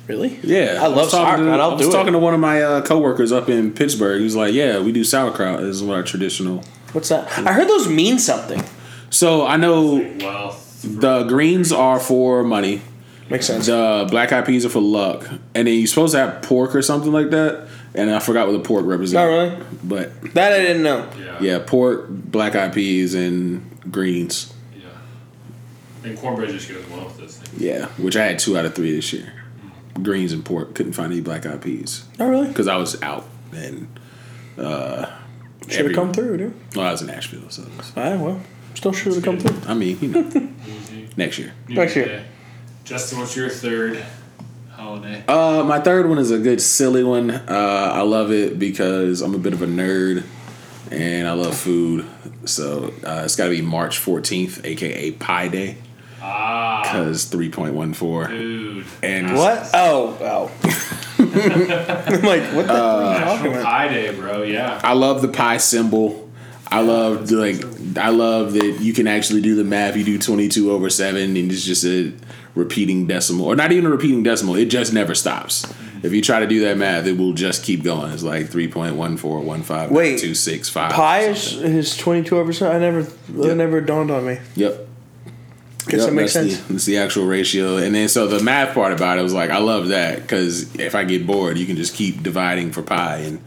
B: Really?
A: Yeah,
B: I love
A: was talking
B: sauerkraut.
A: To,
B: I'll
A: I was
B: do it.
A: talking to one of my uh, coworkers up in Pittsburgh. He was like, "Yeah, we do sauerkraut. This is what our traditional."
B: What's that? I heard those mean something.
A: So I know
C: Well,
A: the greens are for money.
B: Makes sense.
A: The black eyed peas are for luck, and then you're supposed to have pork or something like that. And I forgot what the pork
B: Not
A: represented.
B: Oh, really.
A: But
B: That I didn't know.
C: yeah.
A: yeah, pork, black eyed peas, and greens.
C: Yeah. And cornbread just goes well with this thing.
A: Yeah, which I had two out of three this year. Greens and pork. Couldn't find any black eyed peas
B: Not really.
A: because I was out and uh,
B: Should have
A: every-
B: come through, dude.
A: Well, I was in Nashville, so. It was,
B: I well, still should have come through.
A: I mean, you know, next year.
C: New
B: Next
C: Year's
B: year.
C: Day. Justin, what's your third holiday?
A: Uh, my third one is a good silly one. Uh, I love it because I'm a bit of a nerd, and I love food. So uh, it's got to be March 14th, aka Pie Day,
C: Ah,
A: because 3.14.
C: dude.
A: And
B: What? Oh, Uh, oh. I'm like, what the hell are you talking about?
C: Pie Day, bro. Yeah.
A: I love the pie symbol. I love the, like I love that you can actually do the math. You do 22 over seven, and it's just a repeating decimal, or not even a repeating decimal. It just never stops. If you try to do that math, it will just keep going. It's like 3.1415.
B: Wait,
A: 265.
B: Pie is, is 22 over seven. I never, that never dawned on me.
A: Yep.
B: Guess that makes
A: that's
B: sense.
A: The, that's the actual ratio. And then so the math part about it was like, I love that because if I get bored, you can just keep dividing for pi and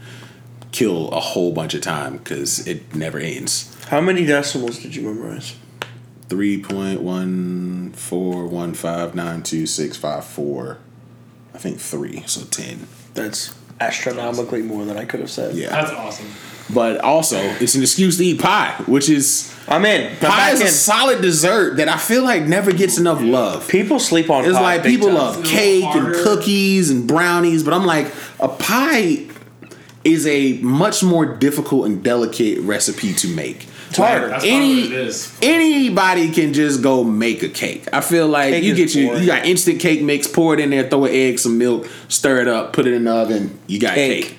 A: kill a whole bunch of time because it never ends.
B: How many decimals did you memorize?
A: Three point one four one five nine two six five four. I think three, so ten.
B: That's astronomically more than I could have said.
A: Yeah.
C: That's awesome.
A: But also, it's an excuse to eat pie, which is
B: I'm in. I'm
A: pie
B: back
A: is
B: in.
A: a solid dessert that I feel like never gets enough love.
B: people sleep on.
A: It's
B: pie
A: like
B: big
A: people
B: time.
A: love
C: It's a
A: cake
C: little
A: and
C: harder.
A: cookies and brownies, but I'm like a pie is a much more difficult and delicate recipe to make. It's
B: harder.
A: Like
C: That's probably
A: any
C: what it is.
A: anybody can just go make a cake. I feel like
B: Cake
A: you
B: is
A: get your
B: boring.
A: you got instant cake mix, pour it in there, throw an egg, some milk, stir it up, put it in the oven, you got
B: Cake.
A: cake.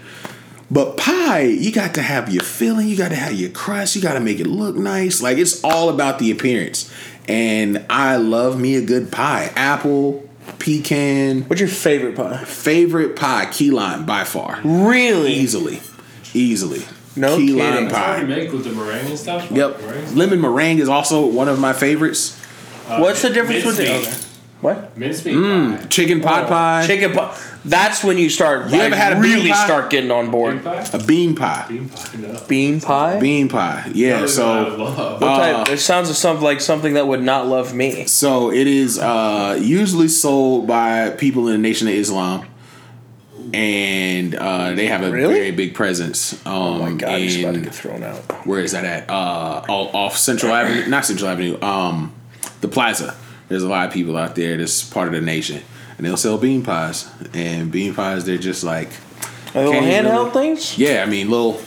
A: But pie, you got to have your filling, you got to have your crust, you got to make it look nice. Like it's all about the appearance. And I love me a good pie. Apple, pecan,
B: What's your favorite pie?
A: favorite pie, key lime by far.
B: Really?
A: Easily. Easily.
B: No
A: key
B: kidding.
A: lime
C: That's what you
A: pie.
C: make with the meringue and stuff.
A: Yep.
C: Meringues?
A: Lemon meringue is also one of my favorites.
B: What's the difference
C: mince
B: with the
C: meat.
B: other? What?
C: Uh, Mincemeat pie.
A: Chicken pot
B: Oh,
A: pie.
B: Chicken pie. That's when you start.
A: You
B: I
A: ever had a bean
B: really
A: pie?
B: start getting on
C: Bean
B: board.
C: pie?
A: A bean pie.
C: Bean pie, no.
B: Bean pie.
A: Bean pie. Yeah.
C: I
A: So
C: love.
B: What
A: Uh,
B: type? It sounds of something like something that would not love me.
A: so it is uh, usually sold by people in the Nation of Islam, and uh, they have a
B: Really?
A: very big presence. Um, oh
B: My God, he's about to get thrown out.
A: where is that at? Uh, all, off Central Avenue, not Central Avenue. Um, the Plaza. There's a lot of people out there that's part of the nation, and they'll sell bean pies. And bean pies, they're just like
B: Are they little
A: Can't even-
B: handheld things.
A: Yeah, I mean, little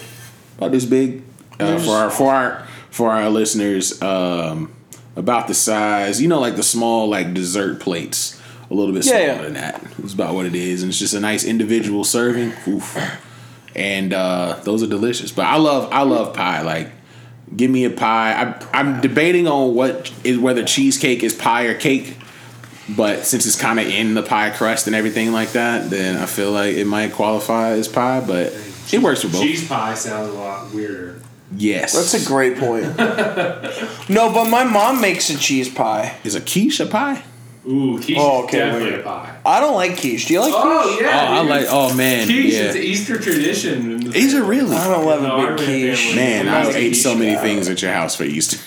A: about this big uh, for our for our for our listeners. Um, about the size, you know, like the small like dessert plates, a little bit
B: Yeah,
A: smaller
B: yeah.
A: than that. It's about what it is, and it's just a nice individual serving. Oof. And uh, those are delicious. But I love I love pie. Like, give me a pie. I, I'm debating on what is whether cheesecake is pie or cake. But since it's kind of in the pie crust and everything like that, then I feel like it might qualify as pie, but it works for both.
C: Cheese pie sounds a lot weirder.
A: Yes.
B: That's a great point. no, but my mom makes a cheese pie.
A: Is a quiche a pie?
C: Ooh, quiche
B: Oh,
C: is
B: okay,
C: definitely
B: wait.
C: a pie.
B: I don't like quiche. Do you like
C: Oh
B: quiche?
A: Oh,
C: yeah.
A: I
C: dude.
A: like. Oh man,
C: quiche.
A: yeah.
C: It's an Easter tradition. in the-
A: Is it really?
B: I don't love
C: No, I
B: a big
C: really
B: quiche.
C: family.
A: Man,
C: I'm
A: I
C: not a
A: ate so
C: quiche
A: many
B: uh,
C: guy.
A: things at your house for Easter.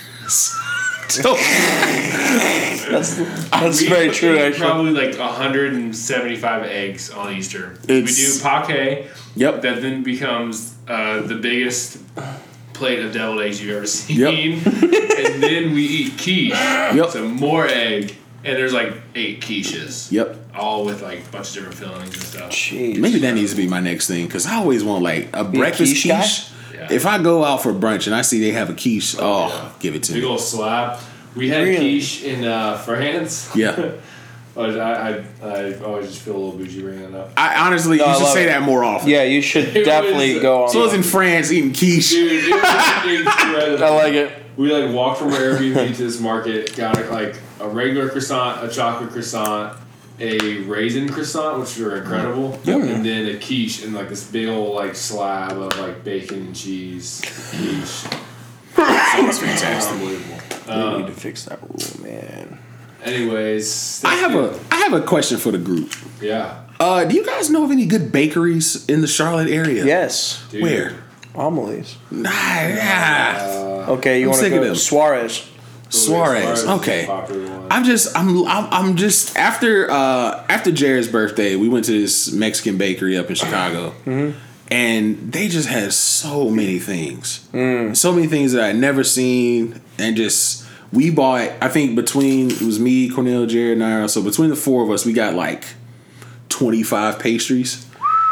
B: That's, that's very
C: We
B: true,
C: eat
B: actually.
C: Probably like 175 eggs on Easter.
A: It's-
C: we do pake.
A: Yep.
C: That then becomes uh, the biggest plate of deviled eggs you've ever seen.
A: Yep.
C: and then we eat quiche.
A: Yep.
C: So more egg. And there's like eight quiches.
A: Yep.
C: All with like a bunch of different fillings and stuff.
B: Jeez.
A: Maybe that needs to be my next thing because I always want like a breakfast
B: quiche
A: quiche.
B: guy?
C: Yeah.
A: If I go out for brunch and I see they have a quiche, oh,
C: yeah.
A: give it to
C: Big
A: me.
C: old slab. We had
B: Really?
C: quiche in uh, France.
A: Yeah.
C: I, I, I always just feel a little bougie bringing it up.
A: I honestly,
B: No, I
A: you should
B: love
A: say
B: it.
A: that more often.
B: Yeah, you should
C: It
B: definitely
C: was-
B: go on.
A: So I was in France eating quiche.
C: Dude, it was incredible.
B: I like it.
C: We like walked from wherever you to this market, got like a regular croissant, a chocolate croissant, a raisin croissant, which were incredible, and then a quiche and like this big old like slab of like bacon and cheese quiche.
A: Sounds fantastic.
C: Unbelievable.
B: We
C: Um,
B: need to fix that rule, man.
C: anyways,
A: I have a I have a question for the group.
C: yeah.
A: Uh, do you guys know of any good bakeries in the Charlotte area?
B: Yes,
C: Dude.
A: Where?
B: Amelie's.
A: Nah, yeah.
C: Uh,
B: Okay, you
A: I'm
B: want to
A: sick of
B: go
A: them.
B: Suarez?
A: Suarez.
C: is a
A: Okay.
C: popular one.
A: I'm just I'm I'm, I'm just after uh, after Jared's birthday, we went to this Mexican bakery up in Chicago,
B: Mm-hmm.
A: and they just had so many things,
B: Mm.
A: so many things that I'd never seen, and just we bought. I think between it was me, Cornel, Jared, and I. So between the four of us, we got like twenty five pastries.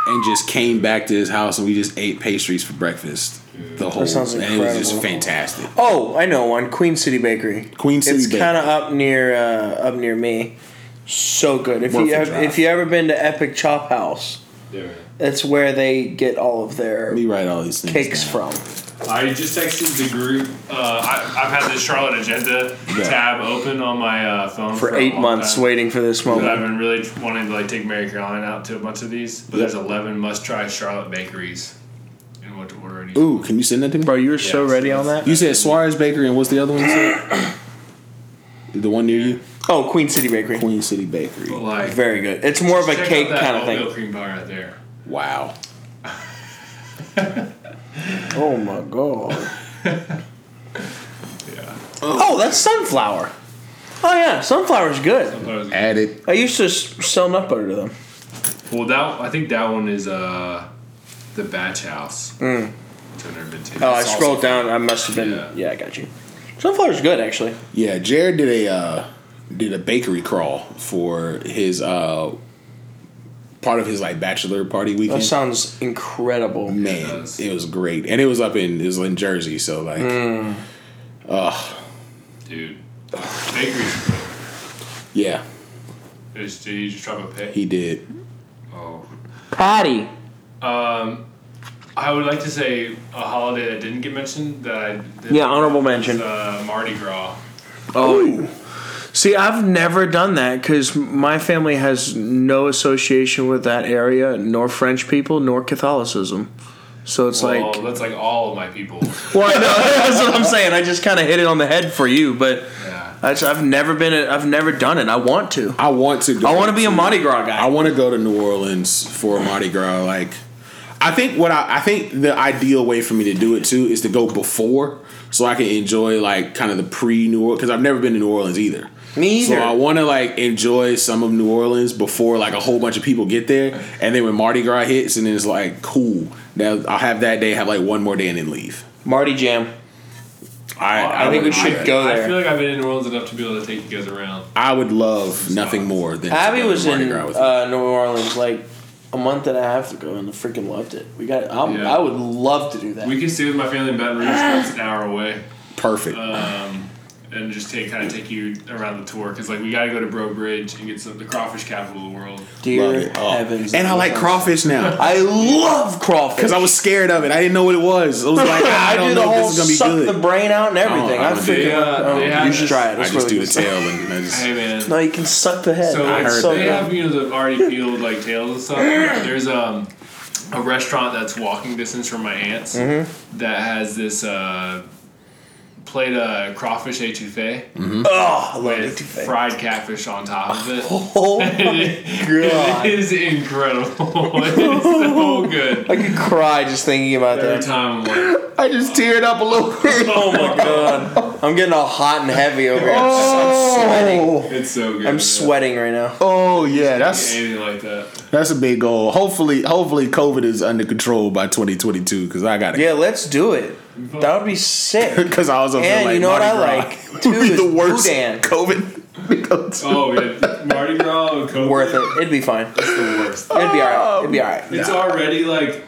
A: And just came back to his house and we just ate pastries for breakfast. The whole
B: sounds
A: and it was just
B: incredible.
A: fantastic.
B: Oh, I know one. Queen City Bakery.
A: Queen City
B: it's
A: Bakery.
B: kind of up near uh, up near me. So good. If
A: Worth
B: you
A: a
B: have,
A: drive.
B: if you ever been to Epic Chop House,
C: Yeah, man.
B: that's where they get all of
A: Let
B: their
A: me write all these things.
B: cakes
A: down.
B: from.
C: I just texted the group. Uh, I, I've had this Charlotte Agenda
A: Yeah.
C: tab open on my uh, phone
B: For
C: a
B: eight
C: long
B: months,
C: time.
B: waiting for this
C: But I've
B: moment.
C: been really wanting to like take Mary Caroline out to a bunch of these. But
A: Yep.
C: there's 11 must-try Charlotte bakeries and what to order. in each-
A: Ooh, can you send that to me?
B: Bro, you were so
C: Yeah,
B: ready
C: so
B: on that.
A: You said Suarez Bakery and what's the other one you said? The one near you,
B: Oh, Queen City Bakery.
A: Queen City Bakery.
C: But like,
B: Very good. It's more of a
C: check out
B: cake
C: that
B: kind of
C: oatmeal
B: thing.
C: cream pie right there.
A: Wow.
B: Oh my god.
C: Yeah.
B: Oh, that's sunflower. Oh yeah, sunflower's
C: I
B: good.
C: thought it was
A: Add it.
B: I used to s- sell nut butter to them.
C: Well, that I think that one is uh, the Batch House. Mm. Which I've never been to.
B: Oh, I
A: It's also
B: scrolled down. I must have been.
C: Yeah.
B: Yeah. I got you. Sunflower's good actually.
A: Yeah, Jared did a uh, did a bakery crawl for his uh, part of his like bachelor party
B: That
A: weekend.
B: sounds incredible.
A: Man,
C: does.
A: it was great, and it was up in it was in Jersey, so like,
B: Mm.
C: Dude, bakeries. good.
A: yeah,
C: Is- Did you just drop a pic?
A: he did.
C: Oh.
B: Patty.
C: Um, I would like to say a holiday that didn't get mentioned that I did
B: Yeah, honorable mention.
C: was, uh, Mardi Gras.
B: Oh. See, I've never done that because my family has no association with that area, nor French people, nor Catholicism. So it's
C: Well,
B: like,
C: that's like all of my people.
B: well, I know, that's what I'm saying. I just kind of hit it on the head for you, but
C: Yeah.
B: I just, I've never been, a, I've never done it. I want to.
A: I want to. Go
B: I want to be a Mardi Gras guy.
A: I want to go to New Orleans for Mardi Gras. Like, I think what I, I think the ideal way for me to do it too is to go before, so I can enjoy like kind of the pre New Orleans because I've never been to New Orleans either.
B: Me
A: So
B: either.
A: I want to like enjoy some of New Orleans before like a whole bunch of people get there, and then when Mardi Gras hits, and then it's like cool. Now I'll have that day, have like one more day, and then leave.
B: Mardi Jam.
A: I,
B: I think we
A: would-
B: should go
C: I
B: there.
C: feel like I've been in New Orleans enough to be able to take you guys around.
A: I would love nothing more than to
B: Abby
A: go to
B: was
A: Mardi
B: in
A: Gras with
B: uh, New Orleans like a month and a half ago, and freaking loved it. We got. I'm,
C: Yeah.
B: I would love to do that.
C: We can stay with my family in Baton Rouge. That's an hour away.
A: you. perfect.
B: uh,
C: um, and just take kind of take you around the tour because like we got to go to Bro Bridge and get some the crawfish capital of the world.
A: Love
B: Dear
A: it. Oh.
B: heavens,
A: and I like
B: love-
A: crawfish now.
B: I love crawfish.
A: because I was scared of it. I didn't know what it was. I was like, I,
B: I,
A: don't
B: do the
A: know
B: whole
A: if this is
B: suck
A: gonna be
B: the
A: good.
B: brain out and everything.
A: Oh,
B: I
A: I'm
B: figure.
A: gonna
C: do it.
B: oh,
C: They, uh,
B: you
C: they
B: should
C: have
B: try it.
A: I
B: It's
A: just
B: really
A: do the
B: good.
A: tail and I just.
C: Hey man,
B: No, you can suck the head.
C: so
A: I
C: it's-
A: heard
B: so
C: they
B: good.
C: have you know the already peeled like tails and stuff. There's um a restaurant that's walking distance from my aunt's
B: Mm-hmm.
C: that has this uh, plate of crawfish etouffee
B: oh, I love it
C: with
B: too
C: fried catfish on top of it.
B: Oh my
C: It
B: god!
C: is incredible. it's so good.
B: I could cry just thinking about
C: Every
B: that.
C: time I'm like,
A: I just teared up a little bit.
B: Oh my god! I'm getting all hot and heavy over here. I'm s- I'm sweating.
A: Oh,
C: it's so good.
B: I'm
C: man.
B: sweating right now.
A: oh yeah, that's
C: Anything like that.
A: that's a big goal. Hopefully, hopefully, COVID is under control by 2022 because I got to
B: Yeah, let's do it. That would be sick.
A: Because I was up
B: And
A: like,
B: you know what
A: Mardi
B: I
A: Gras
B: like,
A: would
B: too,
A: be
B: is
A: the worst
B: Boudin.
A: COVID.
C: Oh yeah, Mardi Gras and COVID.
B: Worth it. It'd be fine.
C: It's the worst.
B: It'd be alright. It'd be alright.
C: It's already like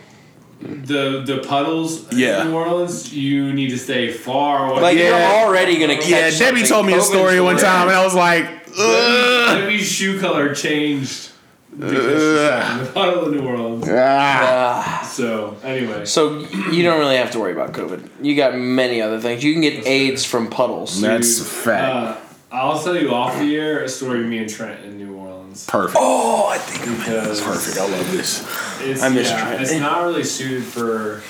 C: the the puddles
A: Yeah.
C: in New Orleans. You need to stay far away.
B: Like
A: Yeah.
B: you're already gonna catch.
A: yeah, Debbie
B: something.
A: told me a
B: COVID's
A: story one
B: worse.
A: time, and I was like, Ugh.
C: Every shoe color changed. because
A: Ugh.
C: the puddle in New Orleans.
A: Ah.
C: So anyway,
B: So you don't really have to worry about COVID. You got many other things. You can get AIDS from puddles.
A: that's a
C: Dude,
A: fact.
C: uh, I'll tell you off the air a story of me and Trent in New Orleans
A: perfect.
B: Oh, I think
C: because
A: Perfect. I love this.
C: it's,
B: I miss
C: yeah,
B: Trent. Oh.
C: it's not really suited for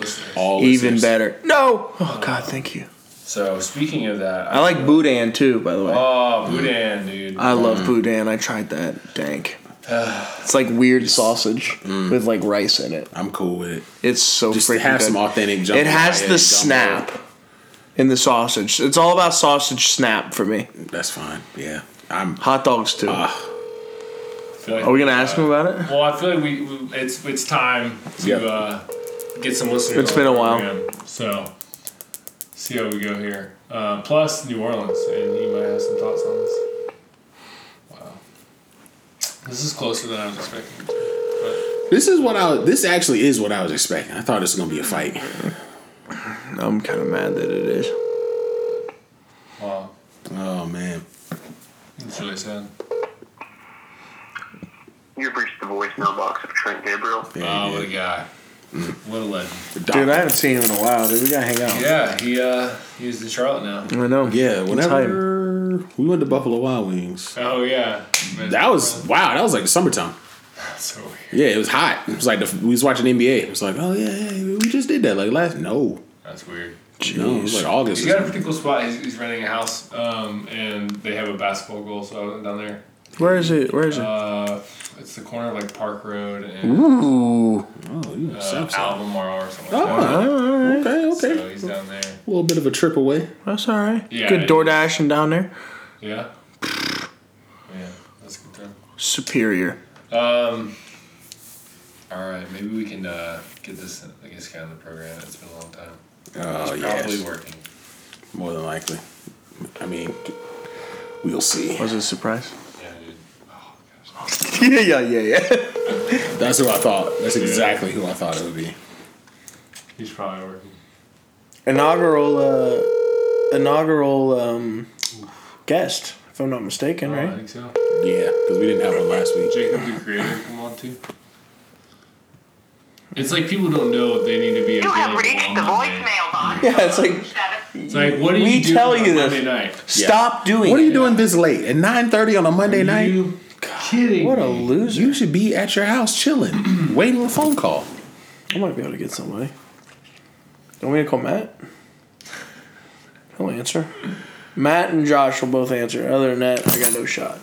C: listeners.
A: All
B: even
A: listeners.
B: better. No. Oh God, thank you.
C: So speaking of that,
B: I like Boudin too, by the way.
C: Oh, Boudin, dude.
B: I love Boudin. I tried that. Dank. It's like weird sausage with like rice in it.
A: I'm cool with it.
B: It's so
A: Just
B: freaking
A: have
B: good.
A: some authentic. Jumbo
B: it has
A: yeah,
B: the
A: jumbo.
B: snap in the sausage. It's all about sausage snap for me.
A: That's fine. Yeah, I'm.
B: Hot dogs too.
A: Ah.
C: I feel like-
B: Are we gonna ask him about it?
C: Well, I feel like we, we it's it's time to
A: Yeah.
C: uh, get some listeners.
B: It's
C: on
B: been
C: the
B: a while.
C: program. so see how we go here. Uh, plus New Orleans, and you might have some thoughts on this. Wow, this is closer than I was expecting. But
A: This is what I. This actually is what I was expecting. I thought this was gonna be a fight.
B: I'm kind of mad that it is.
C: wow,
A: Oh man.
C: it's really sad.
D: You've reached the voicemail box of Trent Gabriel.
A: Yeah,
C: Oh, what a guy.
B: Mm.
C: What a legend.
B: Dude, I haven't seen him in a while. Dude, we gotta hang out.
C: Yeah, he uh he's in Charlotte now.
B: I know.
A: yeah.
B: tight.
A: Whenever we went to Buffalo Wild Wings,
C: Oh yeah,
A: that was wow. That was like the summertime.
C: so weird.
A: Yeah, it was hot. It was like the, we was watching NBA. It was like, oh yeah, yeah, we just did that like last. No,
C: That's weird.
A: No, it was like August.
C: He's
A: or
C: got a
A: something.
C: pretty cool spot. He's, he's renting a house, um, and they have a basketball goal. So I went down there.
E: Where is it? Where is it?
C: Uh, it's the corner of like Park Road and
E: Ooh.
A: Oh, you
C: uh,
A: South side.
C: Albemarle or something.
A: Oh,
C: Like that.
A: okay, okay.
C: So he's down there.
A: a little bit of a trip away.
E: That's all right.
C: Yeah,
E: Good
C: it
E: door dashing down there.
C: Yeah. Yeah, that's a good time.
E: Superior.
C: Um. All right, maybe we can uh, get this I guess guy on the program. It's been a long time.
A: Oh,
C: Probably
A: yes.
C: working.
A: More than likely. I mean, we'll see.
E: Was it a surprise?
C: Yeah, dude. Oh, gosh.
E: yeah, yeah, yeah, yeah.
A: That's who I thought. That's exactly who I thought it would be.
C: He's probably working.
E: Inaugural, uh, inaugural um, guest, if I'm not mistaken,
C: I
E: right?
C: think so.
A: Yeah, because we didn't have one last week.
C: Jacob the Creator come on too. It's like people don't know if they need to be
D: You have
C: available
D: reached
C: on
D: the
C: Monday.
D: voicemail box.
E: Yeah, it's like
D: Seven.
C: It's like what do
E: We
C: you do
E: tell
C: on
E: you this.
C: Monday night?
E: stop doing.
A: What are you
E: it.
A: doing this late at nine thirty on a Monday
C: Are
A: night?
C: you kidding?
E: What a
C: me?
E: loser!
A: You should be at your house chilling, waiting on a phone call.
E: I might be able to get somebody. Don't we call Matt? He'll answer. Matt and Josh will both answer. Other than that, I got no shot.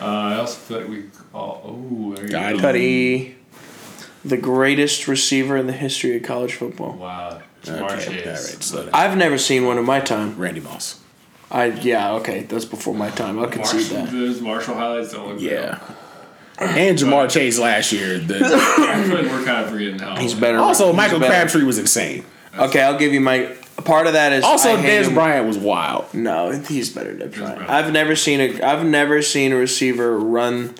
C: Uh, I also feel like we could call. Oh, there you
A: Got
C: go.
A: it.
E: Cuddy, the greatest receiver in the history of college football.
C: Wow,
A: Okay,
C: smart
A: all right,
C: shades.
A: slow down.
E: I've never seen one in my time.
A: Randy Moss.
E: I yeah okay, that's before my time. I'll concede
C: Marshall,
E: that.
C: those Marshall highlights don't look
A: Yeah. And Jamar Chase last year. The,
C: real. I feel like we're kind of forgetting how
E: He's better.
A: also,
E: He's
A: Michael
E: better.
A: Crabtree was insane.
E: Okay, I'll give you my part of that is
A: Also,
E: I hate
A: Dez
E: him.
A: Bryant was wild.
E: No, he's better than Bryant.
C: Bryant.
E: I've never seen a I've never seen a receiver run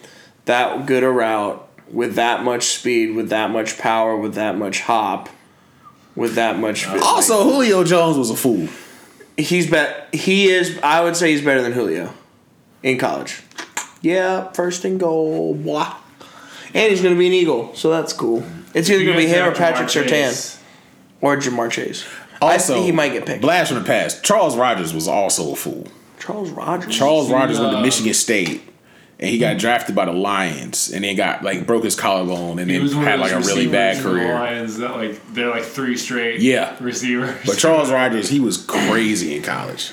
E: that good a route with that much speed, with that much power, with that much hop, with that much.
A: Also, Julio Jones was a fool.
E: he's bet he is. I would say he's better than Julio in college. Yeah, first and goal, boy. And he's gonna be an Eagle, so that's cool. It's either gonna be him or Patrick Sertan or Jamar Chase. I
A: Also,
E: think he might get picked.
A: Blast from the past. Charles Rogers was also a fool.
E: Charles Rogers.
A: Charles Rogers went to
C: uh,
A: Michigan State, and he got drafted by the Lions, and then got like broke his collarbone, and
C: He
A: then
C: was one
A: had
C: of those
A: like a really bad
C: receivers in the
A: career.
C: Lions that like they're like three straight.
A: Yeah.
C: Receivers.
A: But Charles Rogers, he was crazy in college.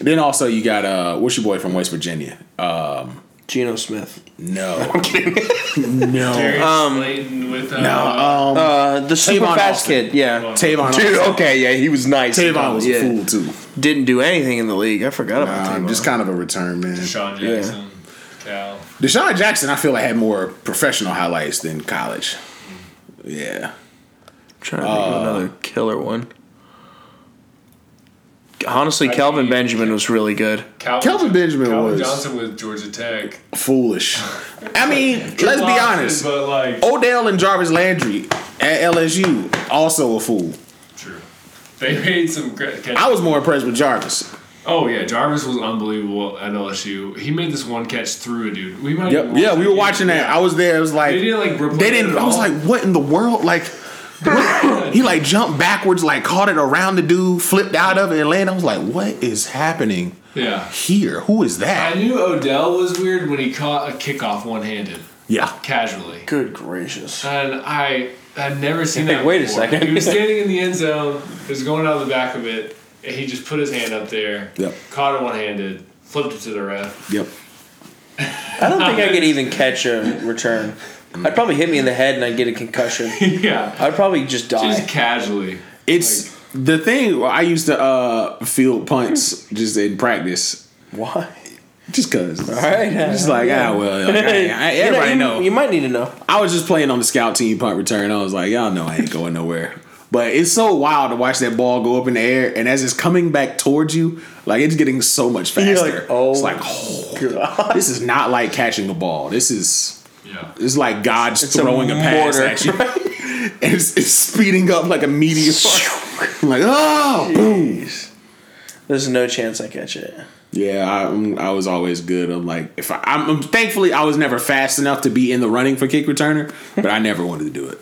A: Then also you got uh, what's your boy from West Virginia? Uh,
E: Geno Smith.
A: no, no,
C: Darius
E: Um,
C: Slayton with uh,
A: no. Um,
E: Uh, the super fast
A: Austin.
E: kid. Yeah.
A: Tavon,
E: Dude,
A: Austin.
E: okay, yeah, he was nice.
A: Tavon was
E: yeah.
A: a fool too.
E: Didn't do anything in the league. I forgot about
A: Um,
E: Tavon.
A: just kind of a return man.
C: Sean
E: yeah.
C: Jackson. Cal.
A: Deshaun Jackson, I feel like had more professional highlights than college. Yeah.
E: trying to think of another killer one. Honestly,
C: I
E: Calvin
C: mean-
E: Benjamin was really good.
C: Calvin,
A: Kelvin Benjamin
C: Calvin
A: was-
C: Johnson with Georgia Tech.
A: Foolish. I mean, let's be
C: Lost it,
A: honest.
C: But like,
A: Odell and Jarvis Landry at LSU also a fool.
C: true. They made some great. catches.
A: I was more impressed with Jarvis.
C: Oh yeah, Jarvis was unbelievable at LSU. He made this one catch through a dude. We might.
A: Yep. Yeah, we were watching that. I was there. It was like
C: They didn't, like, replay
A: they
C: it
A: didn't.
C: at
A: I was
C: all.
A: like, what in the world? Like what? he like jumped backwards, like caught it around the dude, flipped out of it, and landed. I was like, what is happening
C: Yeah.
A: here? Who is
C: I
A: that?
C: knew Odell was weird when he caught a kickoff one-handed,
A: Yeah.
C: casually,
E: Good gracious.
C: and I had never seen
E: Hey,
C: that.
E: wait a
C: before.
E: second.
C: He was standing in the end zone. It was going out the back of it, and he just put his hand up there,
A: Yep.
C: caught it one-handed, flipped it to the ref.
A: Yep.
E: I don't think I could even catch a return. I'd probably hit me in the head and I'd get a concussion.
C: yeah,
E: I'd probably just
C: just
E: die.
C: casually.
A: It's the thing. I used to uh, field punts just in practice,
E: Why?
A: just cause. All
E: right.
A: Just like ah well, okay. I,
E: You know,
A: everybody
E: you,
A: know.
E: You might need to know.
A: I was just playing on the scout team punt return. I was like, y'all know I ain't going nowhere. But it's so wild to watch that ball go up in the air, and as it's coming back towards you, like it's getting so much faster.
E: You're like, oh
A: it's like, oh, this is not like catching a ball. This is
C: Yeah.
A: it's like God's throwing a, pass
E: mortar.
A: at you. and it's, it's speeding up like a meteor. I'm like, oh, boom.
E: There's no chance I catch it.
A: Yeah, I, I'm- I was always good. I'm like, if I, I'm, I'm thankfully I was never fast enough to be in the running for kick returner, but I never wanted to do it.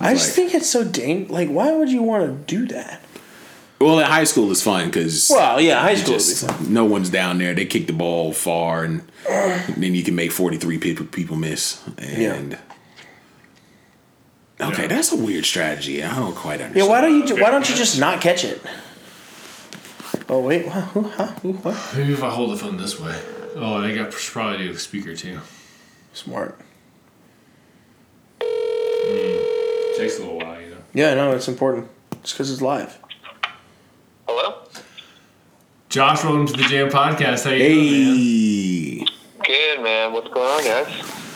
E: I just
A: like-
E: think it's so dang. Like, why would you want to do that?
A: Well, in high school is fun because
E: Well, yeah, high school.
A: just no one's down there. They kick the ball far, and then you can make forty three people people miss. And Okay,
C: Yeah.
A: that's a weird strategy. I don't quite understand.
E: Yeah, why don't you? ju-
C: Okay.
E: Why don't you just not catch it? Oh wait, wha- who? Huh? Who? What?
C: Maybe if I hold the phone this way. Oh, and I got should probably do a speaker too.
E: Smart.
F: Takes a little while, you know.
E: Yeah, no, it's important. It's because it's live.
D: Hello?
C: Josh, welcome to the Jam Podcast. How you doing, man?
A: Hey,
D: Good, man. What's going on, guys?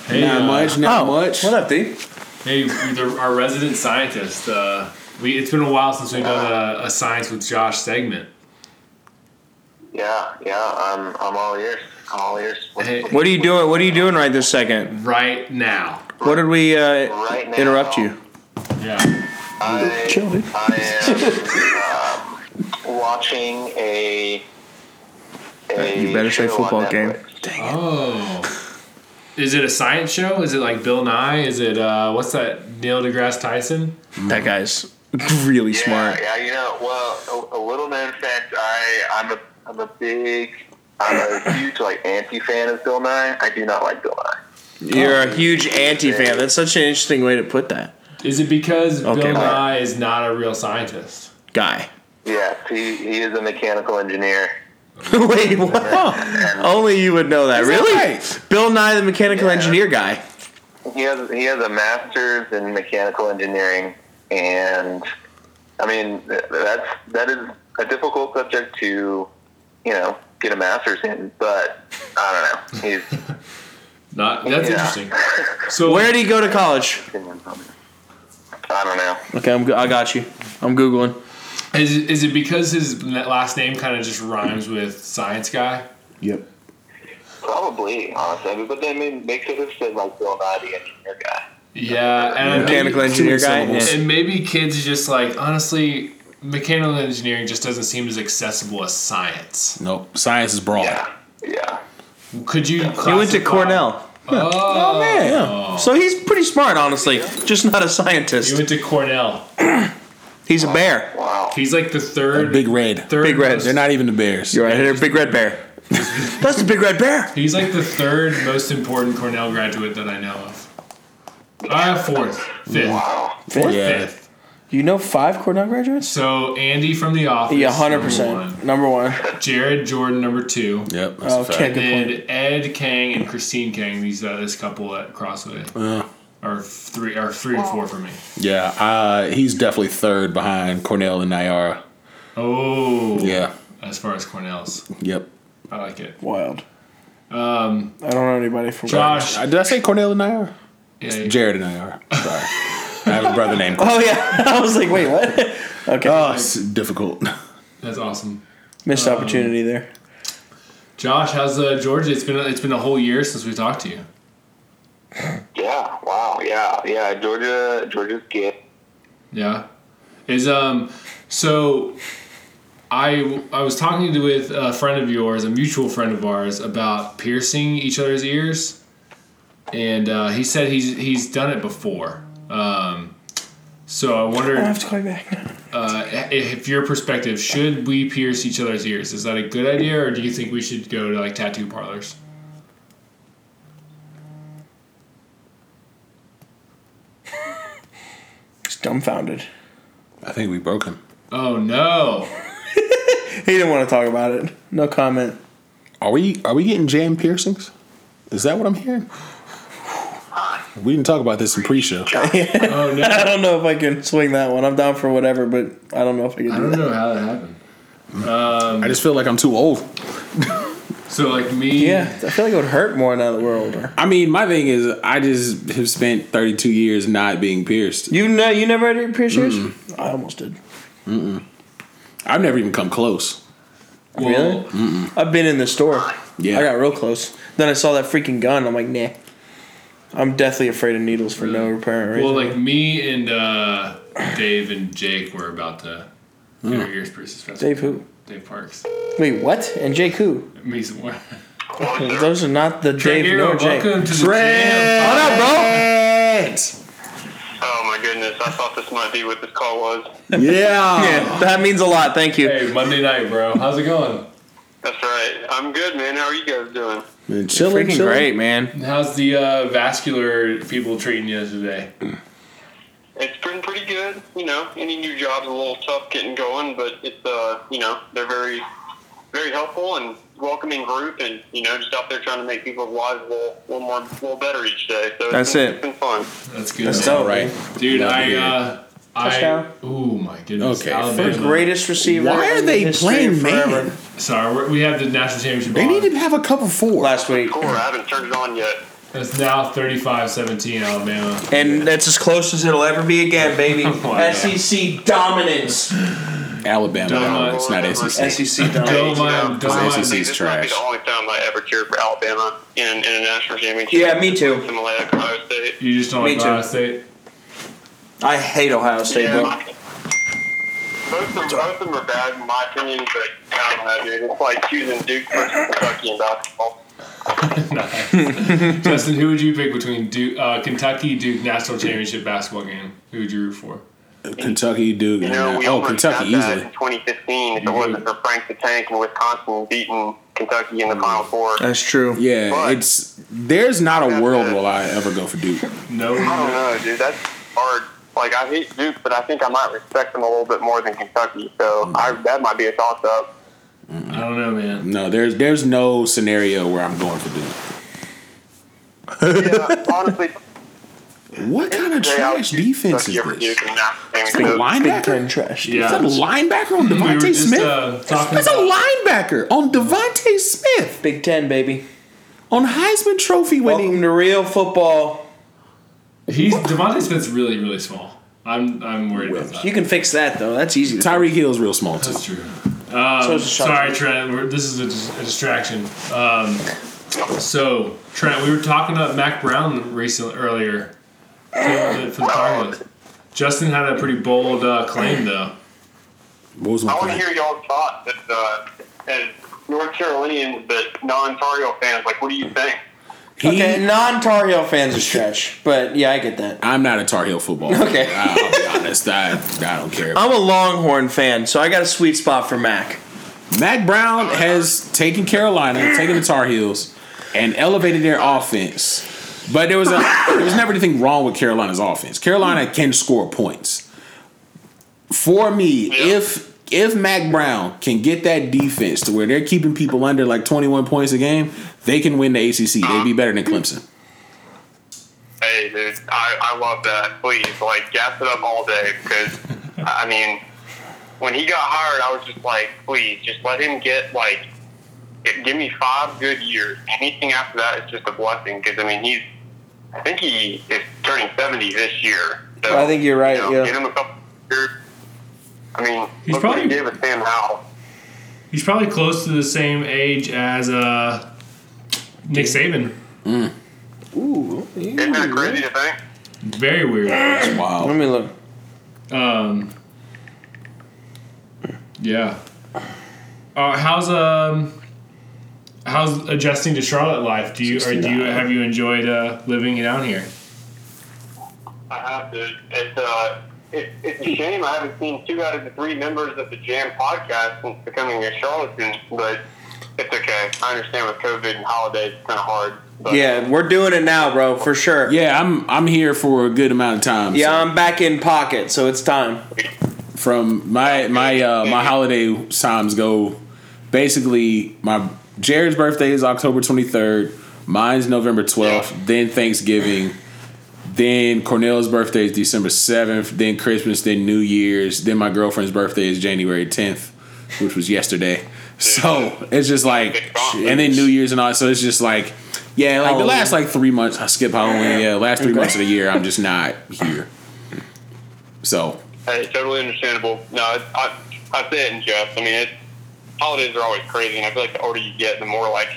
C: Hey,
A: not
C: uh,
A: much, not much.
E: What up, D?
C: Hey, the, our resident scientist. Uh, we it's been a while since we've done a, a science with Josh segment.
D: Yeah, yeah. I'm, I'm all ears. I'm all ears. What's,
C: Hey.
D: what's
B: What are you doing? What are you doing right this second?
C: Right now.
B: What did we uh,
D: Right now.
B: interrupt you?
C: Yeah.
D: I,
E: Chill, dude.
D: I am um, watching a, a.
B: You better say
D: show on
B: football game.
D: Netflix.
B: Dang it.
C: Oh. Is it a science show? Is it like Bill Nye? Is it uh, what's that? Neil deGrasse Tyson?
B: That guy's really
D: Yeah,
B: smart.
D: Yeah, you know, well, a, a little known fact. I, I'm a, I'm a big, I'm a huge like anti-fan of Bill Nye. I do not like Bill Nye.
B: You're
E: Oh,
B: a huge anti fan. That's such an interesting way to put that.
C: Is it because
B: Okay,
C: Bill
B: well-
C: Nye is not a real scientist?
B: Guy.
D: Yes, he, he is a mechanical engineer.
B: Wait, what? Only you would know that. Really?
A: right?
B: Bill Nye, the mechanical
D: Yeah.
B: engineer guy.
D: He has he has a master's in mechanical engineering, and I mean th- that's that is a difficult subject to, you know, get a master's in. But I don't know. He's
C: Not that's
D: Yeah.
C: interesting. So
B: Where did he go to college?
D: I don't know.
B: Okay, I'm, go- I got you. I'm Googling.
C: Is it, is it because his na- last name kind of just rhymes with science guy?
A: Yep.
D: Probably, honestly. But then it makes it have said like Bill Nye, the engineer guy.
C: Yeah, and
B: Mechanical
C: maybe,
B: engineer
A: Two
B: guy.
A: syllables.
B: Yeah.
C: and maybe kids just like honestly, mechanical engineering just doesn't seem as accessible as science.
A: Nope. Science is broad.
D: Yeah, yeah.
C: Could you?
B: He went to
C: classify-
B: Cornell.
C: Oh,
B: Yeah. So he's pretty smart, honestly. Just not a
C: he
B: scientist.
C: went to Cornell.
B: He's a bear.
D: Wow.
C: He's like the third,
A: Big red.
C: third
B: Big Red.
C: most-
A: They're not even the Bears.
B: You're right here, big red bear. That's the big red bear.
C: He's like the third most important Cornell graduate that I know of. Uh, fourth, fifth,
D: Wow.
A: Fourth? Yeah.
C: fifth.
E: You know five Cornell graduates?
C: So Andy from the office.
E: Yeah, hundred
C: number
E: percent. Number one.
C: one. Jared Jordan number two.
A: Yep. That's
E: Oh,
A: a fact.
E: okay. Good
C: And
E: point.
C: then Ed Kang and Christine Kang, these uh, this couple at Crossway, are three are three or four for me.
A: Yeah. Uh, he's definitely third behind Cornell and Nyara.
C: Oh,
A: Yeah.
C: As far as Cornell's,
A: Yep.
C: I like it.
E: Wild. Um, I don't know anybody from
C: Josh,
A: Uh, did I say Cornell and Nyara?
C: yeah,
A: Jared and Nyara. Sorry. I have a brother named. Cornell.
E: Oh yeah, I was like, wait, what? Okay,
A: Oh, it's difficult.
C: that's awesome.
E: missed opportunity there.
C: Josh, how's uh, Georgia? It's been it's been a whole year since we talked to you.
D: Yeah. Wow. Yeah. Yeah. Georgia. Georgia's good.
C: Yeah, is um so. I, I was talking to, with a friend of yours, a mutual friend of ours, about piercing each other's ears, and uh, he said he's he's done it before. Um, so I wondered.
E: I have to call you back.
C: uh, if your perspective, should we pierce each other's ears? Is that a good idea, or do you think we should go to like tattoo parlors?
E: Just dumbfounded.
A: I think we broke him.
C: Oh no!
E: He didn't want to talk about it. No comment.
A: Are we are we getting jam piercings? Is that what I'm hearing? We didn't talk about this in pre-show.
C: Oh no!
E: I don't know if I can swing that one. I'm down for whatever, but I don't know if I can
C: I
E: do
C: don't
E: that.
C: know how that happened.
A: I just feel like I'm too old.
C: So like me,
E: Yeah, I feel like it would hurt more now that we're older.
A: I mean, my thing is, I just have spent 32 years not being pierced.
E: You know, you never had your pierced ears?
A: Mm.
E: I almost did.
A: I've never even come close.
C: well,
E: Really? I've been in the store.
A: Yeah.
E: I got real close. Then I saw that freaking gun. I'm like, nah. I'm deathly afraid of needles for no apparent reason.
C: Well, like me and uh, Dave and Jake were about to
A: Hmm.
C: get our ears pierced. this
E: Dave
C: festival.
E: who?
C: Dave Parks.
E: Wait, what? And Jake who?
C: Me some more.
E: Those are not the
C: Trey
E: Dave nor
C: Gero,
E: Jake.
C: welcome to the jam.
E: What up, bro?
D: Oh my goodness! I thought this might be what this call was.
A: Yeah.
B: Yeah, that means a lot. Thank you.
C: Hey, Monday night, bro. How's it going?
D: That's right. I'm good, man. How are you guys doing?
A: Man, chilling,
B: Freaking
A: chilling.
B: great, man.
C: How's the uh, vascular people treating you today?
D: it's been pretty good. You know, any new job's a little tough getting going, but it's uh, you know, they're very, very helpful and welcoming group, and you know, just out there trying to make people's lives a little, little more, a little better each day. So it's
E: That's
D: been,
E: it.
D: It's been fun.
C: That's good.
A: That's all right.
C: Dude,
A: Love to
C: I
A: hear it.
C: uh I
B: Touchdown.
C: Oh my goodness.
A: Okay,
C: Alabama.
A: first
B: Greatest receiver.
A: Why are
B: in
A: they
B: history
A: playing
B: forever.
A: man?
C: Sorry, we're, we have the national championship.
A: They
C: on.
A: need to have a couple four.
E: last week.
D: Cool. I haven't turned it on yet.
C: It's now 35-17 Alabama.
E: And that's as close as it'll ever be again, baby.
C: Wow.
E: SEC dominance.
A: Alabama.
C: Don't-
A: it's not SEC.
E: SEC dominance.
C: Don't mind,
D: Hey,
C: don't
A: Because
C: mind.
A: SEC is
D: Um, This might be
A: trash.
D: the only time I ever cheered for Alabama in an international championship.
E: Yeah, me too.
D: Similar to Ohio State.
C: You just don't
E: Me
C: like
E: too.
C: Ohio State.
E: I hate Ohio State,
D: Yeah.
E: bro.
D: Both of, them, both of them are bad in my opinion, but I don't know, dude. It's like choosing Duke versus Kentucky in basketball.
C: Justin, who would you pick between Duke, uh, Kentucky Duke national championship basketball game? Who would you root for?
A: Uh, Kentucky, Duke.
D: You know, we
A: oh,
D: almost
A: Kentucky
D: got that in
A: easily.
D: 2015 if it wasn't for Frank the Tank and Wisconsin beating Kentucky in the
A: Mm.
D: Final Four. I
E: That's true.
A: Yeah,
D: But-
A: it's there's not a
D: That's
A: world
D: it.
A: will I ever go for Duke.
C: No.
D: don't know, dude. That's hard. Like, I hate Duke, but I think I might respect them a little bit more than Kentucky. So
A: Mm.
D: I, that might be a toss-up.
C: I don't know, man.
A: No, there's there's no scenario where I'm going for Duke.
D: Yeah, honestly,
A: What kind of
D: they
A: trash
D: outshoot
A: defense is
D: Kentucky over
A: this?
D: Duke in that game.
A: Big
B: Big
A: linebacker?
B: Ten trash.
C: Yeah.
A: Is that a linebacker on
C: We were
A: Devontae
C: just
A: Smith?
C: uh, talking
A: That's a
C: about
A: linebacker on Devontae Smith
B: Big Ten, baby.
A: on Heisman Trophy
B: Welcome
A: winning.
B: to real football.
C: he's Devontae Smith's really, really small. I'm I'm worried about that.
E: You can fix that though. That's easy. To
A: Tyreek Hill's real small too.
C: That's true.
B: so it's a shot.
C: Sorry, Trent. We're, this is a, dis- a distraction. Um, so, Trent, we were talking about Mac Brown recently earlier for the, for the Tar Heels. Justin had a pretty bold uh, claim, though.
A: What was my
D: I want to
A: plan?
D: hear y'all's thoughts as, uh, as North Carolinians, but non-Tar Heel fans. Like, what do you think?
A: He,
B: Okay, non-Tar Heel fans are trash, but yeah, I get that.
A: I'm not a Tar Heel football. fan.
B: Okay.
A: I, I'll be honest. I, I don't care.
E: I'm a Longhorn fan, so I got a sweet spot for Mac.
A: Mac Brown has taken Carolina, taken the Tar Heels, and elevated their offense. But there was a there was never anything wrong with Carolina's offense. Carolina can score points. For me, if if Mac Brown can get that defense to where they're keeping people under like 21 points a game, they can win the ACC. They'd be better than Clemson.
D: Hey, dude, I, I love that. Please, like, gas it up all day because, I mean, when he got hired, I was just like, please, just let him get, like, gi- give me five good years. Anything after that is just a blessing because, I mean, he's, I think he is turning 70 this year. So,
B: I think you're right,
D: you know,
B: yeah.
D: Give him a couple years. I mean,
C: He's
D: look what he
C: probably-
D: did with Sam Howell.
C: He's probably close to the same age as uh, Nick Saban.
B: Ooh,
D: Isn't that crazy to think?
C: Very weird.
B: let
A: Wow.
B: me look.
C: Um, yeah. Uh, how's um, how's adjusting to Charlotte life? Do you or do you have you enjoyed uh, living down here?
D: I have, dude. It's, uh, it, it's a shame I haven't seen two out of the three members of the Jam podcast since becoming a charlatan, but it's okay. I understand with COVID and holidays, it's kind of hard. But
E: Yeah, we're doing it now, bro, for sure. Yeah,
A: Yeah, I'm I'm here for a good amount of time. so-
E: I'm back in pocket, so it's time.
A: from my my uh, my holiday times go basically my Jared's birthday is October 23rd, mine's November 12th, then Thanksgiving, then Cornell's birthday is December 7th, then Christmas, then New Year's, then my girlfriend's birthday is January 10th, which was yesterday. So, it's just like and then New Year's and all so it's just like yeah, like the last like 3 months I skip Halloween. Yeah, last 3 months of the year I'm just not here. So,
D: hey, totally understandable. No, it's, I, I say it in jest. I mean, it's, holidays are always crazy, and I feel like the older you get, the more, like,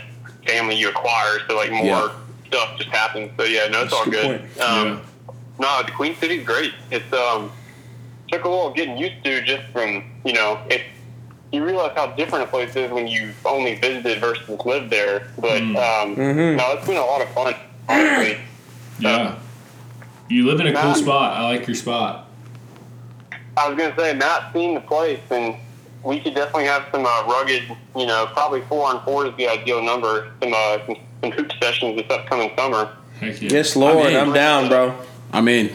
D: family you acquire, so, like, more
A: Yeah.
D: stuff just happens. So, yeah, no, it's all good. Um,
C: Yeah.
D: No, the Queen City's great. It's um took a little getting used to just from you know it. You realize how different a place is when you only visited versus lived there. But um, no, it's been a lot of fun. Honestly,
C: Uh, Yeah. You live in a cool
D: Nice.
C: spot. I like your spot.
D: I was gonna say not seeing the place, and we could definitely have some uh, rugged. You know, probably four on four is the ideal number. Some uh, some, some hoop sessions this upcoming summer.
C: Heck yeah.
E: Yes, Lord,
A: in.
E: I'm down, bro.
A: I'm in.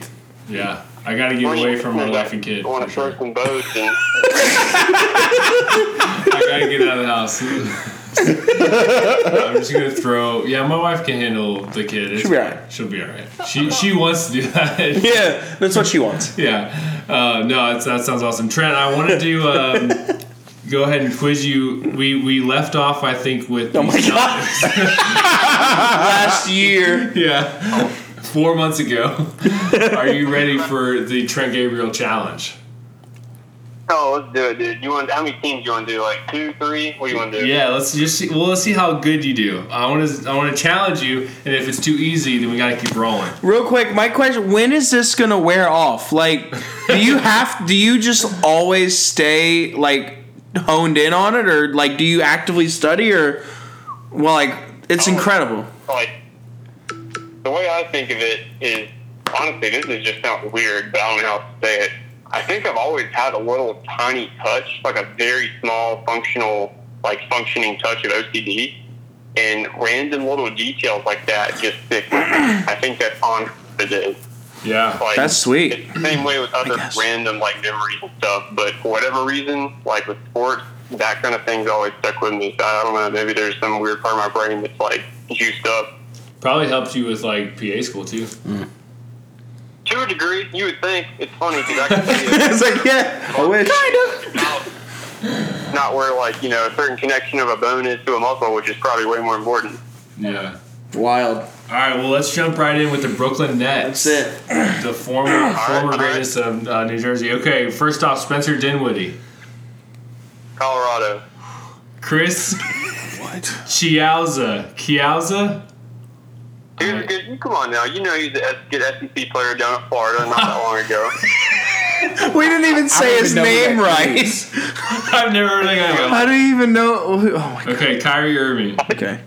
C: Yeah. I gotta get away from my
D: Like,
C: wife and kid.
D: I want to throw some boats and
C: I gotta get out of the house. I'm just gonna throw. Yeah, my wife can handle the kid. It's
E: She'll be alright.
C: fine. She'll be alright. She she wants to do that.
E: Yeah, that's what she wants.
C: yeah. Uh, no, it's, that sounds awesome, Trent. I wanted to um, go ahead and quiz you. We we left off, I think, with
E: Oh my god. Last year.
C: yeah, four months ago. Are you ready for the Trent Gabriel challenge?
D: Oh, let's do it, dude. You want how many teams you want to do? Like two, three? What do you want to do?
C: Yeah, let's just see. Well, let's see how good you do. I want to I want to challenge you, and if it's too easy, then we gotta keep rolling.
E: Real quick, my question: When is this gonna wear off? Like, do you have? Do you just always stay like honed in on it, or like do you actively study, or well, like it's incredible.
D: Like the way I think of it is honestly, this is just sounds weird, but I don't know how to say it. I think I've always had a little tiny touch, like a very small functional, like functioning touch of OCD, and random little details like that just stick. with me. I think that's on it is.
C: Yeah.
D: Like,
E: That's sweet.
D: It's the same way with other
E: guess.
D: random like memories and stuff, but for whatever reason, like with sports, that kind of thing's always stuck with me. So I don't know, maybe there's some weird part of my brain that's like juiced up.
C: Probably helps you with like PA school too.
D: To a degree, you would think it's funny because I can see it
E: it's like yeah, I wish. Kind
D: out. Not where like you know a certain connection of a bone is to a muscle, which is probably way more important.
C: Yeah.
E: Wild.
C: All right. Well, let's jump right in with the Brooklyn Nets.
E: That's it.
C: The former former
D: all right.
C: greatest of uh, New Jersey. Okay. First off, Spencer Dinwiddie,
D: Colorado,
C: Chris
A: What?
C: Chiauza, Chiauza.
D: dude,
C: Alright.
D: good. You come on now. You know he's a S- good SEC player down in Florida not that long ago.
E: We didn't even say
A: even
E: his
A: know who
E: name
A: that
E: right.
C: I've never heard of
E: How
C: that
E: do you even know? Who, oh my
C: guy. Okay, Kyrie Irving.
E: god. Okay.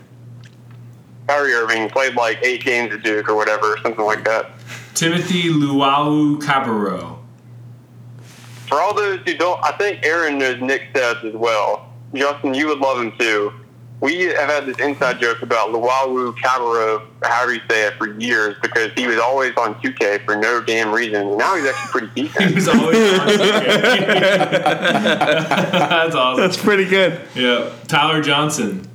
D: Kyrie Irving played like eight games at Duke or whatever, something like that.
C: Timothy Luau Cabarro.
D: For all those who don't, I think Aaron knows Nick Stats as well. Justin, you would love him too. We have had this inside joke about Luau Cabarro, however you say it, for years because he was always on 2K for no damn reason. And now he's actually pretty
C: He
D: decent.
C: was always on That's awesome.
E: That's pretty good.
C: Yeah. Tyler Johnson.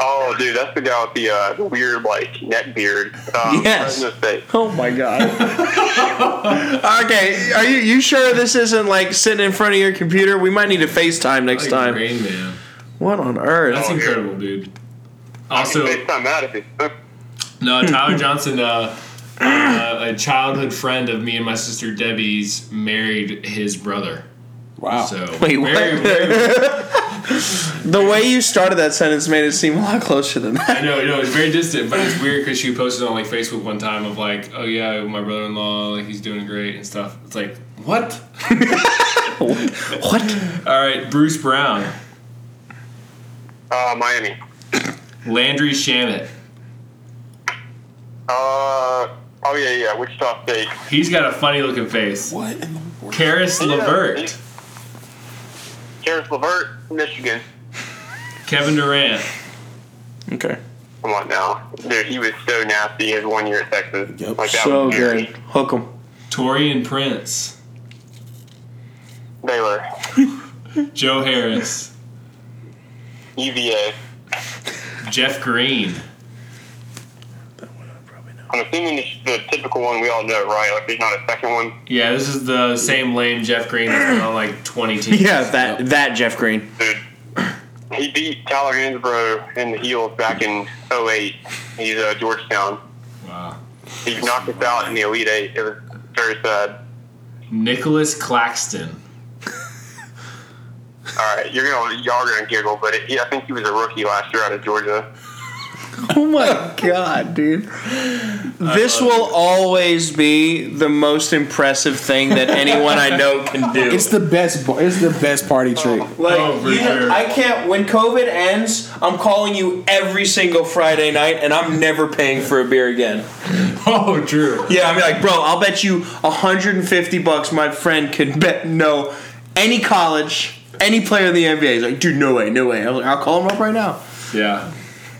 D: oh, dude, that's the guy with the uh, the weird, like, neck beard. Um,
E: Yes.
D: Fresno State.
E: Oh my god. okay, are you you sure this isn't like sitting in front of your computer? We might need to FaceTime next
C: Like
E: time.
C: Rain Man.
E: What on earth?
C: That's
D: Oh, yeah.
C: incredible, dude. Also,
D: FaceTime out if it's.
C: No, Tyler Johnson, uh, uh, a childhood friend of me and my sister Debbie's, married his brother.
A: Wow.
C: So
E: Wait, what?
C: Very, very,
E: The way you started that sentence made it seem a lot closer than that.
C: I know, you know, it's very distant, but it's weird because she posted on like Facebook one time of like, oh yeah, my brother-in-law, like he's doing great and stuff. It's like what?
E: What?
C: All right, Bruce Brown,
D: Uh, Miami.
C: Landry Shamit.
D: Uh, oh, yeah, yeah, Wichita State.
C: He's got a funny looking face.
A: What in the world?
C: Karis Levert,
D: Karis Levert, Michigan.
C: Kevin Durant,
E: Okay.
D: Come on now, dude. He was so nasty his one year at Texas.
A: Yep.
D: Like that
E: So
D: was scary.
E: good. Hook 'em.
C: Torian Prince,
D: Baylor,
C: Joe Harris,
D: UVA.
C: Jeff Green.
D: I'm assuming it's the typical one we all know, right? Like there's not a second one.
C: Yeah, this is the same lame Jeff Green that's been on like 20 teams.
E: Yeah, that that Jeff Green.
D: Dude, he beat Tyler Hansbrough in the heels back in 08. He's uh, Georgetown.
C: Wow.
D: He knocked us out in the Elite Eight. It was very sad.
C: Nicholas Claxton.
D: All right, you're gonna y'all are gonna giggle, but it, he, I think he was a rookie last year out of Georgia.
E: Oh my god, dude. This will always be the most impressive thing that anyone I know can do.
A: It's the best. bar- It's the best party trick.
E: Like
C: Oh, for
E: you-
C: sure.
E: I can't. When COVID ends, I'm calling you every single Friday night, and I'm never paying for a beer again.
C: Oh, Drew.
E: Yeah, I'm like, bro, I'll bet you 150 bucks. My friend can bet no, any college, any player in the NBA. He's like, dude, no way, no way. I'm like, I'll call him up right now.
C: Yeah.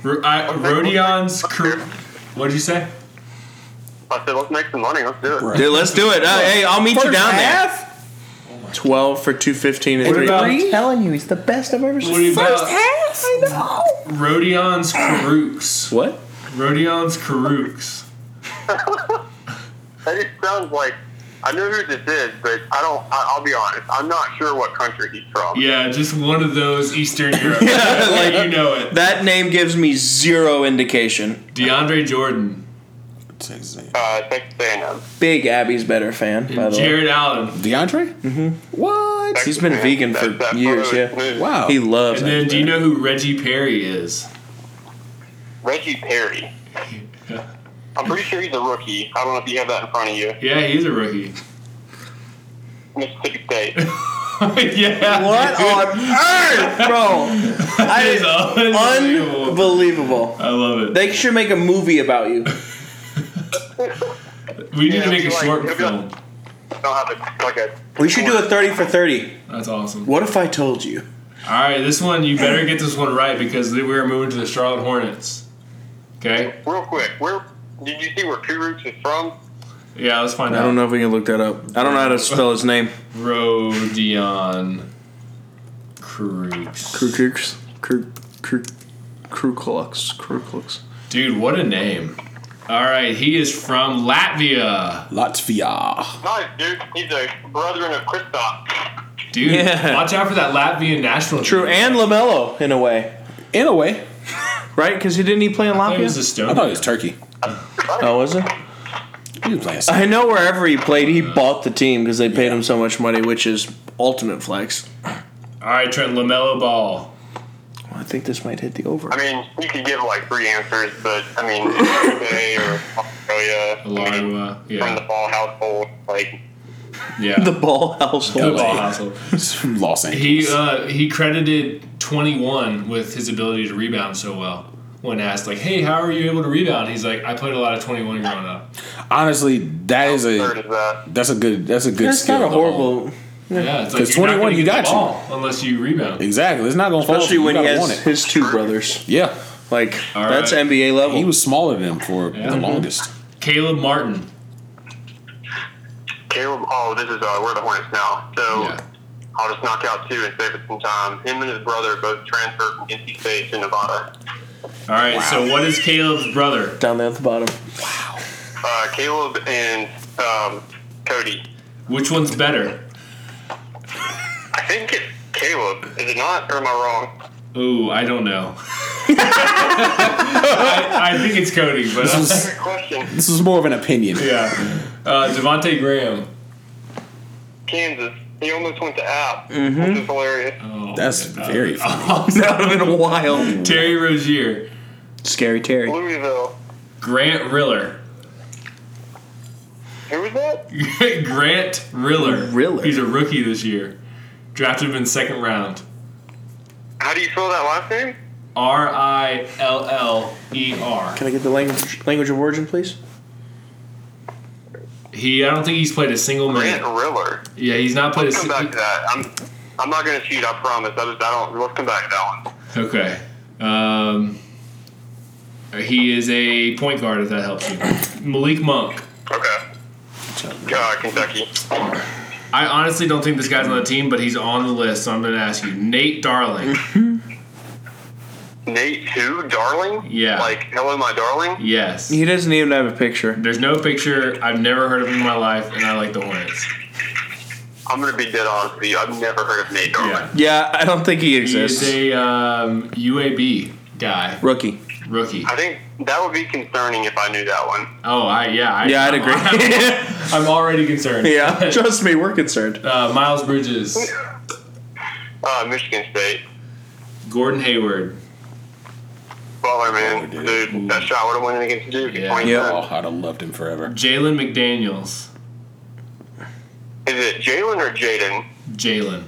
C: Ro- I, Rodion's. Cur- what did you say?
D: I said, let's make some money. Let's do it.
E: Dude, let's do it. Uh, hey, I'll meet you
A: First
E: down
A: half?
E: there. Twelve for two fifteen and
C: What
E: three.
C: about-
G: I'm telling you, he's the best I've ever
C: What
G: seen.
C: about
G: half, I know.
C: Rodion's Karooks?
E: What?
C: Rodion's Karooks.
D: That just sounds like I know who this is, but I don't. I, I'll be honest. I'm not sure what country he's from.
C: Yeah, just one of those Eastern Europe. yeah, like you know it.
E: That name gives me zero indication.
C: DeAndre Jordan,
A: Texas A&M.
D: Uh, Texas A&M.
E: Big Abby's better fan, by the way.
C: Jared Allen,
A: DeAndre? Mm-hmm. What?
E: He's been
D: Texas
E: vegan
D: A&M.
E: for years,
D: photo is
E: yeah.
D: smooth.
A: Wow.
E: He loves
C: and then
E: it.
C: do you know who Reggie Perry is?
D: Reggie Perry. I'm pretty sure he's a rookie. I don't know if you have that in front of you.
C: Yeah, he's a rookie.
D: Mississippi State.
C: yeah,
E: What on earth, bro? I
C: That is unbelievable.
E: unbelievable.
C: I love it.
E: They should make a movie about you.
C: We need
D: Yeah,
C: to make a
D: it'll be
C: short
D: like- it'll
C: film.
D: be don't have a, like a.
E: We should do a thirty for thirty.
C: That's awesome.
E: What if I told you?
C: All right, this one you better get this one right because we are moving to the Charlotte Hornets. Okay.
D: Real quick, where did you see where Kuroots is from?
C: Yeah, let's find
E: I
C: out.
E: don't know if we can look that up. I don't know how to spell his name.
C: Rodion Krooks.
E: Kruklux. Kruklux. Kruklux.
C: Dude, what a name. All right, he is from Latvia.
A: Latvia.
D: Nice, dude. He's a brethren of Kristoff.
C: Dude,
E: Yeah.
C: watch out for that Latvian national.
E: True, and LaMelo, in a way.
A: In a way.
E: Right? Because he didn't he play in
C: I thought he was
E: Latvia?
A: I thought it
C: Estonia.
A: was Turkey.
E: Oh, was it?
A: He was playing.
E: I know wherever he played, he bought the team because they paid him so much money, which is ultimate flex.
C: All right, Trent Lamelo Ball.
E: I think this might hit the over.
D: I mean, you could give like three answers, but I mean, UK or Australia, I mean,
C: Alarua.
D: from the
C: Yeah.
D: Ball household, like
C: Yeah.
E: The ball household.
C: The Ball household.
A: It's from Los Angeles.
C: He uh, he credited 21 with his ability to rebound so well. When asked like, "Hey, how are you able to rebound?" He's like, "I played a lot of 21 growing up."
A: Honestly, that is
D: third
A: a
D: is uh, that.
A: that's a good that's a good.
E: That's
A: skill
E: not a
A: to own.
E: horrible.
C: Yeah, it's like
A: 'Cause
C: you're not
A: 21,
C: gonna
A: you got
C: get the
A: you.
C: ball unless you rebound.
A: Exactly. It's not going to fall.
E: Especially
A: off.
E: when
A: you
E: he
A: gotta
E: has
A: want it.
E: his two brothers.
A: Yeah,
E: Like,
C: All
E: that's
C: right.
E: NBA level.
A: he was smaller than him for
C: Yeah.
A: the longest.
C: Caleb Martin.
D: Caleb, oh, this is, uh, we're the Hornets now. So
C: Yeah.
D: I'll just knock out two and save us some time. Him and his brother both transferred from NC State to Nevada.
C: All right, so what is Caleb's brother?
E: Down there at the bottom.
D: Uh, Caleb and um, Cody.
C: Which one's better?
D: I think it's Caleb, is it not? Or am I wrong?
C: Ooh, I don't know. I, I think it's Cody, but
A: This was
D: Great question.
A: this was more of an opinion.
C: yeah, uh, Devonte Graham.
D: Kansas. He almost went to App, which is hilarious.
C: Oh,
A: That's
C: man, that
A: very
C: was
A: funny.
C: awesome.
E: That would have been wild.
C: Terry Rozier,
E: Scary Terry.
D: Louisville.
C: Grant Riller,
D: Who was that?
C: Grant Riller.
E: Riller.
C: He's a rookie this year. Drafted him in second round.
D: How do you spell that last name?
C: R I L L E R.
E: Can I get the language language of origin, please?
C: He, I don't think he's played a single
D: Grant
C: minute.
D: Riller.
C: Yeah, he's not played a
D: Come back to
C: single.
D: that. I'm, I'm not going to cheat, I promise. I, just, I don't. Let's come back to that one.
C: Okay. Um, he is a point guard. If that helps you, Malik Monk.
D: Okay. Uh, Kentucky.
C: I honestly don't think this guy's on the team, but he's on the list, so I'm going to ask you. Nate Darling.
D: Nate who? Darling?
C: Yeah.
D: Like, hello, my darling?
C: yes.
E: He doesn't even have a picture.
C: There's no picture. I've never heard of him in my life, and I like the Hornets.
D: I'm going to be dead honest with you. I've never heard of Nate Darling.
C: Yeah.
E: Yeah, I don't think he exists.
C: He's a um, UAB guy,
E: Rookie.
C: rookie.
D: I think that would be concerning if I knew that one.
C: Oh, I yeah. I,
E: Yeah, I'd agree.
C: I'm already concerned.
E: yeah, trust me, we're concerned.
C: Uh, Miles Bridges,
D: Uh, Michigan State.
C: Gordon Hayward.
D: Butler, man.
A: Oh,
D: dude.
A: dude.
D: that shot would have went in against Duke.
C: Yeah.
D: 20
E: Mm. Yeah.
A: Oh,
D: cents.
A: I'd have loved him forever.
C: Jalen McDaniels.
D: Is it Jalen or Jaden?
C: Jalen.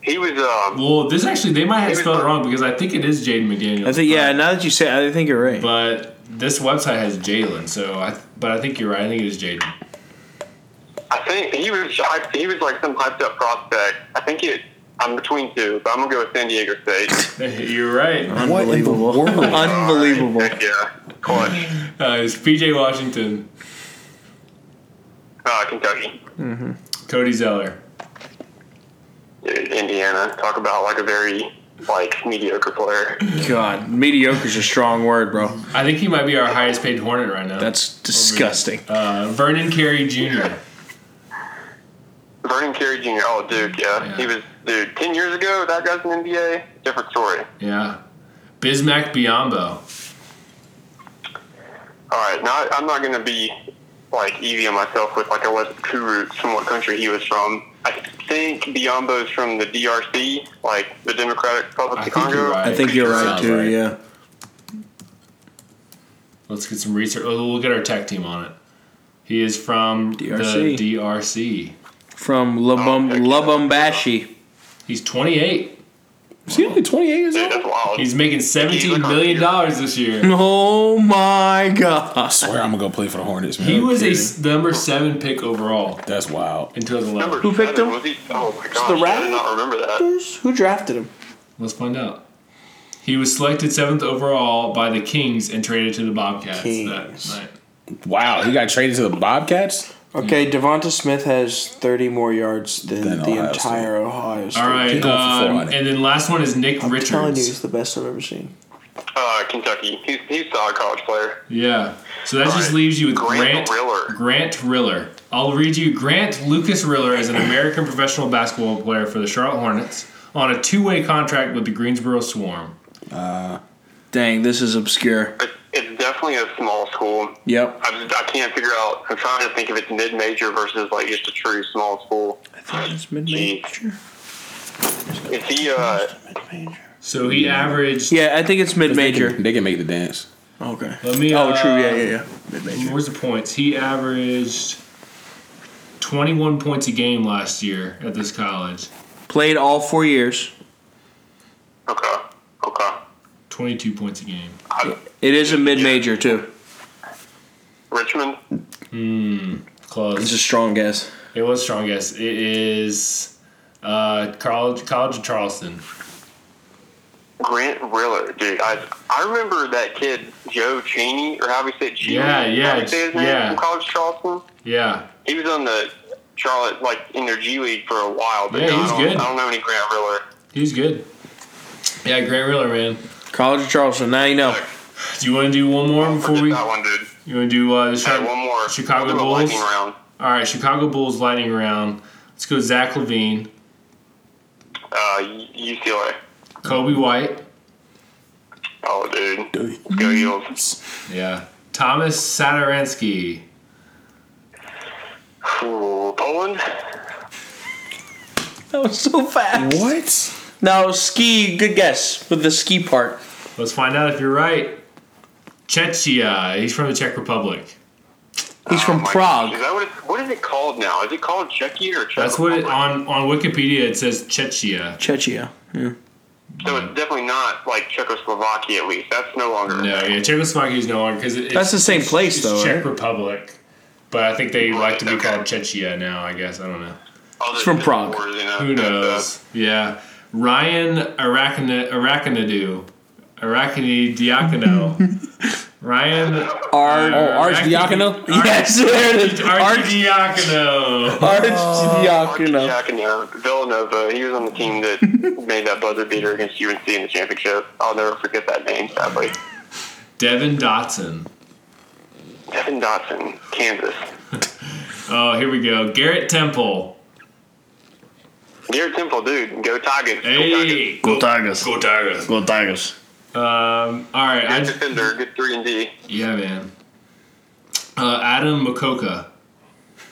D: He was, um,
C: Well, this actually they might have spelled it wrong because I think it is Jaden McDaniels.
E: I think yeah. Now that you say, it, I think you're right.
C: But this website has Jalen, so I. But I think you're right. I think it is Jaden.
D: I think he was, I, he was like some hyped up prospect. I think it, I'm between two, but I'm going to go with San Diego State.
C: You're right.
A: What in the
E: Unbelievable.
A: world?
E: Unbelievable.
D: Heck yeah. Clutch.
C: Uh, it's PJ Washington,
D: Uh, Kentucky.
C: Cody Zeller.
D: Dude, Indiana. Talk about like a very like mediocre player.
E: God, mediocre's a strong word, bro.
C: I think he might be our highest paid Hornet right now.
E: That's disgusting.
C: uh, Vernon Carey Jr.
D: Vernon Carey Jr. Oh, dude, yeah.
C: Yeah.
D: He was, dude, 10 years ago, that guy's in the NBA. Different story.
C: Yeah. Bismack Biombo.
D: All right, now I'm not going to be like easy on myself with like I was with Kurut from what country he was from. I think Biombo's from the DRC, like the Democratic Republic
C: I
D: of
C: think you're
D: Congo.
C: right.
E: I think you're right
A: Sounds
E: too.
A: right.
E: Yeah.
C: Let's get some research. Oh, we'll get our tech team on it. He is from
E: DRC.
C: the DRC.
E: From Labum
D: Okay.
E: Labumbashi.
C: He's 28.
B: Is he only 28 years
D: Dude,
B: old?
D: that's wild.
C: He's making 17 million dollars this year.
E: Oh my god.
A: Swear I'm gonna go play for the Hornets, man.
C: He was a
A: Kidding.
C: s- number seven pick overall
A: That's wild.
C: in 2011.
D: Number
E: Who picked
D: seven,
E: him?
D: Was he, oh my gosh,
B: the
D: I
B: Rat?
D: did not remember that.
B: Who's- Who drafted him?
C: Let's find out. He was selected seventh overall by the Kings and traded to the Bobcats
B: Kings.
C: that night.
A: Wow, he got traded to the Bobcats.
B: Okay, Devonta Smith has 30 more yards than
A: Than
B: the
A: Ohio
B: entire Ohio State.
C: All right,
A: Keep going for
C: um,
A: four, I think.
C: and then last one is Nick
B: I'm telling you,
C: Richards.
B: he's the best I've ever seen.
D: Uh, Kentucky. He's, he's a solid college player.
C: Yeah. So that just
D: right.
C: leaves you with Grant
D: Grant Riller.
C: Grant Riller. I'll read you Grant Lucas Riller is an American professional basketball player for the Charlotte Hornets on a two-way contract with the Greensboro Swarm.
E: Dang, this is obscure.
D: It's, it's definitely a small school.
E: Yep.
D: I, just, I can't figure out. I'm trying to think if it's mid-major versus like just a true small school.
E: I think it's mid major.
D: Is he? Uh,
C: So he averaged.
E: Yeah, I think it's mid major.
A: They can make the dance.
E: Okay.
C: Let me.
E: Oh, true. Yeah,
C: uh,
E: yeah, yeah. Mid major.
C: Where's the points? He averaged 21 points a game last year at this college.
E: Played all four years.
D: okay. Okay.
C: 22 points a game.
E: It is a mid major too.
D: Richmond.
E: It's a
C: Close.
E: strong guess.
C: It was strong guess. It is uh, college College of Charleston.
D: Grant Riller, dude. I I remember that kid Joe Cheney or how we say it, Cheney.
C: Yeah, yeah,
D: How we say his name
C: yeah.
D: from College Charleston.
C: Yeah.
D: He was on the Charlotte like in their G League for a while, but
C: Yeah, he
D: no,
C: was
D: I, don't,
C: good.
D: I don't know any Grant Riller.
C: He's good. Yeah, Grant Riller, man.
E: College of Charleston. Now you know.
C: Do you want to do one more before
D: Just
C: we?
D: that one, dude.
C: You want to do uh, the
D: Hey,
C: shot?
D: one more.
C: Chicago
D: we'll do a
C: Bulls.
D: lightning round.
C: All right, Chicago Bulls lightning round. Let's go. Zach Levine,
D: Uh, UCLA.
C: Kobe White.
D: Oh, dude. Go Eagles.
C: Yeah. Thomas Sadaransky.
D: Ooh, Poland?
E: That was so fast.
A: What?
E: Now ski. Good guess with the ski part.
C: Let's find out if you're right. Chechia. He's from the Czech Republic.
E: He's
D: Oh
E: from
D: my
E: Prague.
D: gosh, Is that what, it's, what is it called now? Is it called Czechia or Czech?
C: That's what it, on on Wikipedia it says Chechia.
E: Chechia. Yeah.
D: So it's definitely not like Czechoslovakia at least. That's no longer.
C: No, yeah, Czechoslovakia is no one because it,
E: That's the
C: it's-
E: same place
C: it's
E: though.
C: Czech
E: right?
C: Republic, but I think they like to be
D: okay.
C: called Chechia now. I guess I don't know.
D: All this
E: It's from Prague.
D: wars, you know,
C: Who
D: that's, uh,
C: knows? Yeah. Ryan Arachna- Arachnadu. Arachne Diacono. Ryan
A: Oh,
E: Ar-
A: Archdiacono?
E: yes, there it is. Arch
C: Archdiacono.
E: Archdiacono.
D: Jack and uh, Villanova, he was on the team that made that buzzer beater against UNC in the championship. I'll never forget that name, sadly.
C: Devin Dotson.
D: Devin Dotson, Kansas.
C: Oh, here we go. Garrett Temple.
D: Garrett Temple, dude, go Tigers. Go Tigers.
C: Hey. Go Tigers. Go Tigers.
E: Go Tigers.
C: Um, all right. I
D: Good
C: just,
D: defender, good three and D.
C: yeah, man. Uh, Adam Makoka.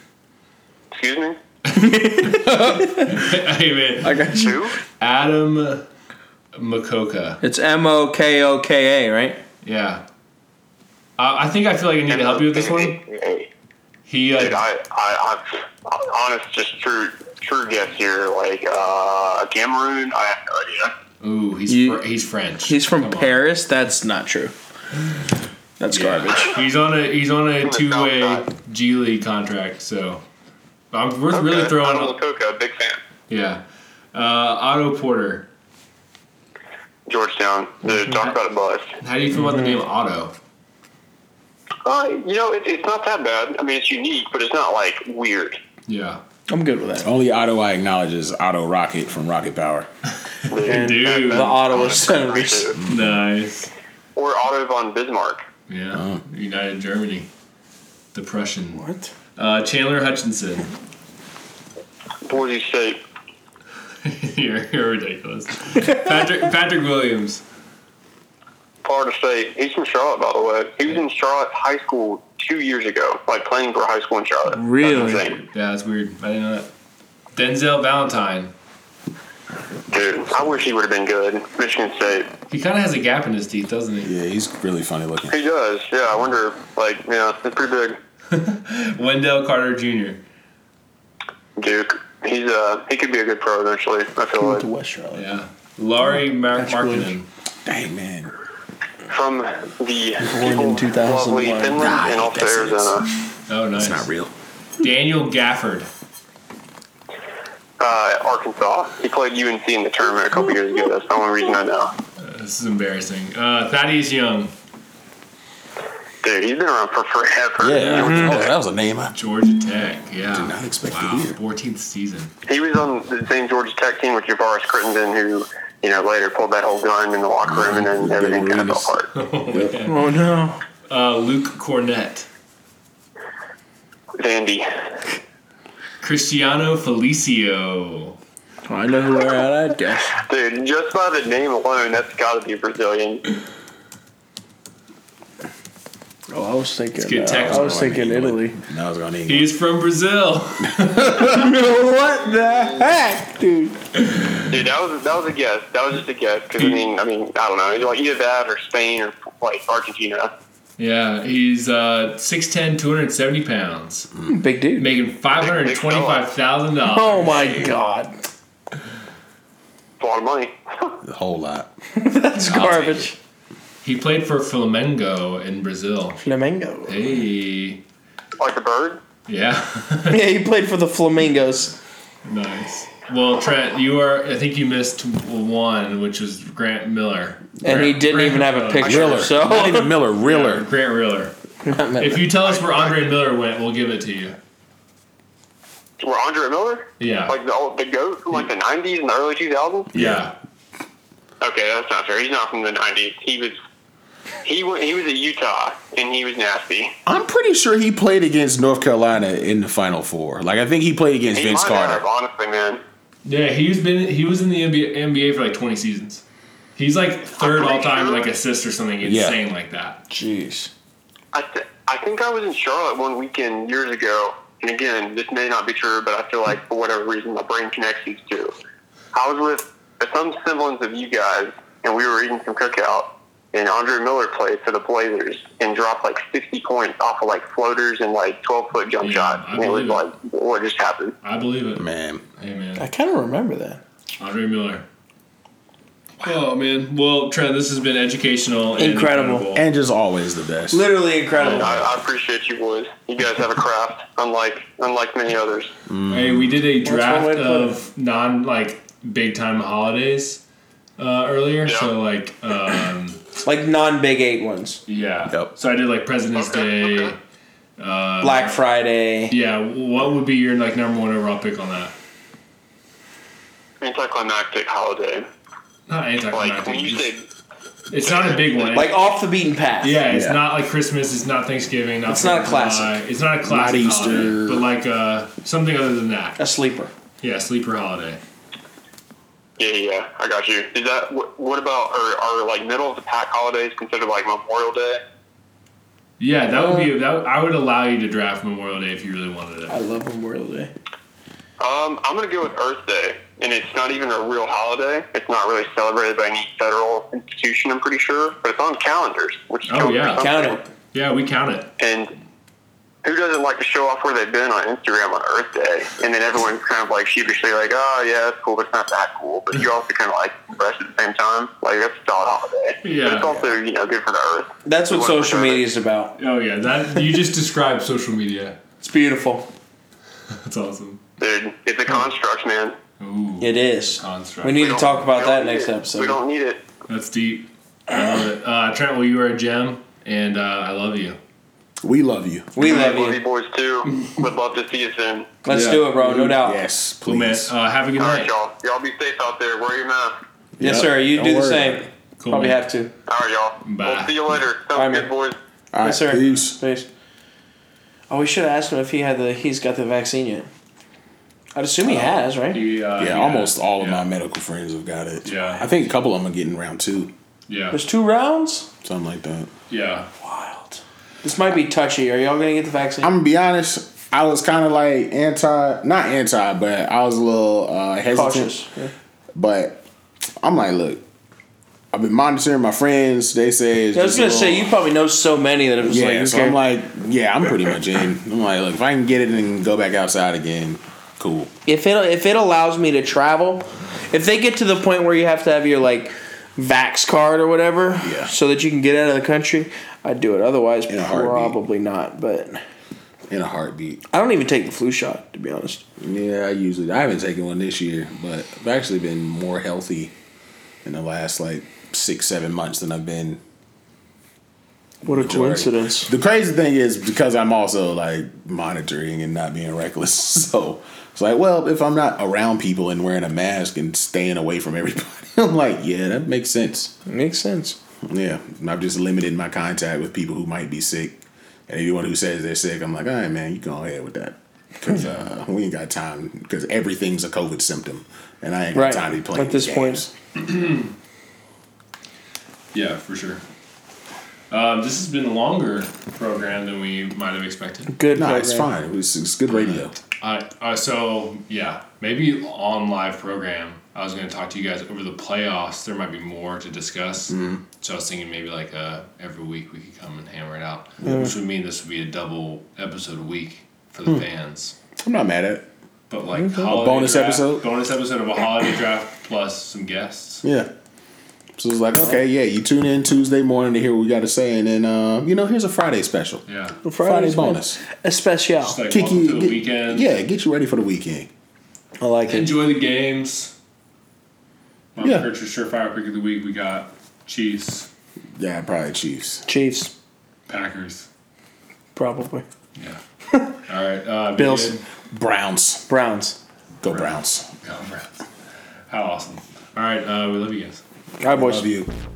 D: Excuse me.
C: hey, man.
E: I got you.
D: Who?
C: Adam Makoka.
E: It's M O K O K A, right?
C: Yeah. Uh, I think I feel like I need to help you with this one. He
D: Dude,
C: uh,
D: I, I, I, honest, just true, true guess here. Like uh, Cameroon, I have no idea.
C: ooh, he's
E: You-
C: fr- he's French.
E: He's from
C: Come on.
E: Paris. That's not true. That's garbage.
C: He's on a he's on a
D: the
C: two way
D: south
C: G League contract, so I'm, we're really
D: Okay. Adam
C: throwing.
D: Lacoca, big fan.
C: Yeah, uh, Otto Porter. Mm-hmm.
D: Georgetown, dude, talk about a bust.
C: How do you feel about the name Otto?
D: Uh, you know, it, it's not that bad. I mean, it's unique, but it's not like weird.
C: Yeah.
E: I'm good with that.
A: Only auto I acknowledge is Auto Rocket from Rocket Power.
C: Dude.
E: The Ottawa Senators.
C: Nice.
D: Or Otto von Bismarck.
C: Yeah.
A: Oh.
C: United Germany. The Prussian.
E: What?
C: Uh, Chandler Hutchinson.
D: Boise State.
C: you're, you're ridiculous. Patrick Patrick Williams.
D: Far to say. He's from Charlotte, by the way. He was in Charlotte High School two years ago, like playing for high school in Charlotte.
H: Really?
D: That's insane.
C: Yeah, that's weird. I didn't know that. Denzel Valentine.
D: Dude, I wish he would have been good. Michigan State.
C: He kind of has a gap in his teeth, doesn't he?
A: Yeah, he's really funny looking.
D: He does. Yeah, I wonder, like, yeah, it's pretty big.
C: Wendell Carter Jr.
D: Duke. He's uh he could be a good pro eventually. I feel
E: Went
D: like
E: to West Charlotte.
C: Yeah. Laurie
A: Oh,
C: Mar-
E: Patrick Williams.
C: Markkinen.
A: Dang man,
D: from the
E: in
D: people
E: 2001.
D: lovely Finland
A: Nah,
D: and also
A: that's-
D: Arizona.
C: Oh, nice.
A: it's not real.
C: Daniel Gafford.
D: Uh, Arkansas. He played UNC in the tournament a couple years ago. That's the only reason I know.
C: This is embarrassing. Uh, Thaddeus Young.
D: Dude, he's been around for forever.
A: Yeah, oh, that
E: Mm-hmm.
A: was a name I
C: Georgia Tech. Yeah.
A: Did not expect to
C: wow.
A: hear.
C: 14th season.
D: He was on the same Georgia Tech team with Javaris Crittenden, who, you know, later pulled that whole gun in the locker room and then everything kind of fell apart.
H: Oh no.
C: Uh, Luke Cornett.
D: Vandy.
C: Cristiano Felicio.
H: I know who we're at, I guess.
D: Dude, just by the name alone, that's got to be Brazilian.
E: Oh, I was thinking.
C: get
E: uh,
C: tackled
E: I was
C: by
E: thinking Italy.
A: No, I was gonna need.
C: He's from Brazil.
E: what the heck, dude?
D: Dude, that was that was a guess. That was just a guess. Because I mean, I mean, I don't know. Like either that or Spain or like Argentina.
C: Yeah, he's uh, 6'10, 270 pounds,
E: Big dude.
C: making $525,000.
E: Oh my god.
D: It's a lot of money.
A: A whole lot.
E: That's garbage.
C: He played for Flamengo in Brazil.
E: Flamingo.
C: Hey.
D: like the bird.
C: Yeah.
E: Yeah, he played for the Flamingos.
C: nice. Well, Trent, you are, I think you missed one, which was Grant Miller.
E: And he didn't even have a picture.
A: Riller.
E: So
A: Not even Miller. Riller.
C: Uh, Grant Riller. If you tell us where Andre Miller went, we'll give it to you.
D: Where Andre Miller,
C: Yeah.
D: like the old, the goat from like the '90s and the early 2000s.
C: yeah.
D: Okay, that's not fair. He's not from the '90s. He was he went, he was at Utah and he was nasty.
A: I'm pretty sure he played against North Carolina in the Final Four. Like I think he played against
D: He
A: Vince
D: might
A: Carter.
D: Have, honestly, man.
C: Yeah, he's been he was in the NBA, NBA for like 20 seasons. He's like third all time like assist or something insane like that.
E: Jeez.
D: I th- I think I was in Charlotte one weekend years ago, and again, this may not be true, but I feel like for whatever reason, my brain connects these two. I was with some semblance of you guys, and we were eating some cookout, and Andre Miller played for the Blazers and dropped like 60 points off of like floaters and like 12 foot jump
C: Yeah,
D: shots.
C: I
D: And it was
C: believe it.
D: like, what just happened?
C: I believe it.
A: Man,
C: Hey man.
E: I kind of remember that.
C: Andre Miller. Oh man. Well, Trent, this has been educational. and
E: Incredible.
A: and just always the best.
E: Literally
C: Oh.
E: incredible.
D: I, I appreciate you boys. You guys have a craft, unlike unlike many others.
C: Hey, we did a
E: one way
C: draft
E: to put
C: of non like big time holidays uh, earlier.
D: Yeah.
C: So like, um,
E: Like non Big Eight ones.
C: yeah.
A: Yep.
C: So I did like President's
D: Okay,
C: Day.
D: okay.
C: Uh,
E: Black Friday.
C: Yeah. What would be your like number one overall pick on that?
D: Anticlimactic holiday.
C: Not
D: Like
C: anticlimactic.
D: when you
C: just-
D: say
C: it's not a big one.
E: Like off the beaten path.
C: yeah, it's
A: Yeah.
C: not like Christmas. It's not Thanksgiving. Not
E: It's not a
C: Fourth of
E: classic.
C: July, It's not a classic.
A: Easter.
C: holiday, but like uh, something other than that.
E: A sleeper.
C: Yeah, sleeper holiday.
D: Yeah, yeah, I got you. Is that what, what about are, are like middle of the pack holidays considered like Memorial Day?
C: Yeah, that would be. That, I would allow you to draft Memorial Day if you really wanted
E: I
C: it.
E: love Memorial Day.
D: Um, I'm gonna go with Earth Day, and it's not even a real holiday. It's not really celebrated by any federal institution, I'm pretty sure, but it's on calendars, which is
C: Oh,
D: cool for
C: yeah.
D: something.
E: Count it.
C: Yeah, we count it.
D: And who doesn't like to show off where they've been on Instagram on Earth Day? And then everyone's kind of like sheepishly like, oh yeah, it's cool, but it's not that cool. But you're also kind of like impressed at the same time. Like that's a solid holiday. But
C: Yeah.
D: it's also you know good for the Earth.
E: That's what
D: One
E: social
D: percent.
E: media is about.
C: Oh yeah, that you just described social media.
E: It's beautiful.
C: That's awesome.
D: Dude, it's a
C: Hmm.
D: construct, man.
C: Ooh,
E: It is.
C: construct.
E: We need to
D: don't-
E: talk
D: Uh, we
E: about that
D: don't need
E: next
D: it. We
E: episode.
D: don't need it.
C: That's deep. I love it. Uh, Trent, well, you are a gem, and uh, I love you.
A: We love you.
E: We love
D: Love
E: you.
D: you boys too. Would love to see you soon.
E: Let's
C: Yeah.
E: do it,
A: Oh,
E: bro. No doubt.
A: Yes,
C: Cool, man.
A: please.
C: Uh, have a good
D: All right,
C: night.
D: y'all. Y'all be safe out there. Wear your mask.
E: Yes,
A: Yep.
E: sir. You
A: Don't
E: do the
A: worry
E: same.
A: about it.
C: Cool,
E: Probably
C: man.
E: have to.
D: All right, y'all.
C: Bye.
D: We'll see you later.
E: Bye,
D: Sounds
E: man.
D: good, boys.
A: All right,
E: Yes, sir.
A: peace.
B: Peace. Oh, we should have asked him if he had the. He's got the vaccine yet. I'd assume
E: Oh.
B: he has, right?
C: He, uh,
A: Yeah,
C: yeah.
A: almost all of
C: Yeah.
A: my medical friends have got it.
C: Yeah.
A: I think a couple of them are getting round two,
C: Yeah,
B: There's two rounds.
A: something like that.
C: yeah.
B: Wild. This might be touchy. Are y'all gonna get the vaccine?
A: I'm gonna be honest. I was kind of like anti, not anti, but I was a little uh, hesitant.
B: cautious. Yeah.
A: But I'm like, look, I've been monitoring my friends. They say it's
B: I was
A: just
B: gonna
A: a
B: say
A: little-
B: you probably know so many that it was
A: Yeah,
B: like. who
A: so
B: cares?
A: I'm like, yeah, I'm pretty much in. I'm like, look, if I can get it and go back outside again, cool.
B: if it if it allows me to travel, if they get to the point where you have to have your like vax card or whatever,
A: Yeah.
B: so that you can get out of the country, I'd do it. Otherwise,
A: a heartbeat.
B: probably not. But
A: In a heartbeat.
B: I don't even take the flu shot to be honest.
A: Yeah, I usually I haven't taken one this year, but I've actually been more healthy in the last like six, seven months than I've been
B: What a
A: Majority.
B: coincidence.
A: The crazy thing is because I'm also like monitoring and not being reckless. So it's like, well, if I'm not around people and wearing a mask and staying away from everybody, I'm like, yeah, that makes sense.
B: Makes sense.
A: Yeah, I've just limited my contact with people who might be sick. And anyone who says they're sick, I'm like, all right, man, you go ahead with that.
B: Hmm.
A: Because uh, we ain't got time. Because everything's a COVID symptom. And I ain't got
B: Right,
A: time to be playing.
B: at this
A: games.
C: Yeah, for sure. Um, this has been a longer program than we might have expected.
B: Good.
A: No, it's
B: program.
A: fine. It was, it's good radio.
C: I uh, so yeah, maybe on live program. I was going to talk to you guys over the playoffs. There might be more to discuss.
A: Mm-hmm.
C: So I was thinking maybe like uh, every week we could come and hammer it out, which would mean this would be a double episode a week for the fans.
A: I'm not mad at it.
C: But like holiday
A: Hmm. bonus
C: draft-
A: episode?
C: bonus episode of a holiday draft plus some guests.
A: Yeah. So it's like, okay, yeah, you tune in Tuesday morning to hear what we got to say. And then, uh, you know, here's a Friday special.
C: Yeah,
A: Friday
B: Friday's
A: bonus.
B: Especial.
C: just like
A: Kick
C: welcome
A: you-
C: to the
A: get-
C: weekend.
A: Yeah, get you ready for the weekend.
B: I like it.
C: Enjoy the games. Mom
A: Yeah.
C: Kircher's surefire pick of the week. We got Chiefs,
A: Yeah, probably Chiefs.
B: Chiefs,
C: Packers.
B: probably.
C: Yeah. All right. Uh, be
B: Bills.
C: good.
A: Browns.
B: Browns.
A: Go Browns.
C: Oh, Go Browns. How awesome. All right. Uh, we love you guys.
B: All right, boys.
A: Love you.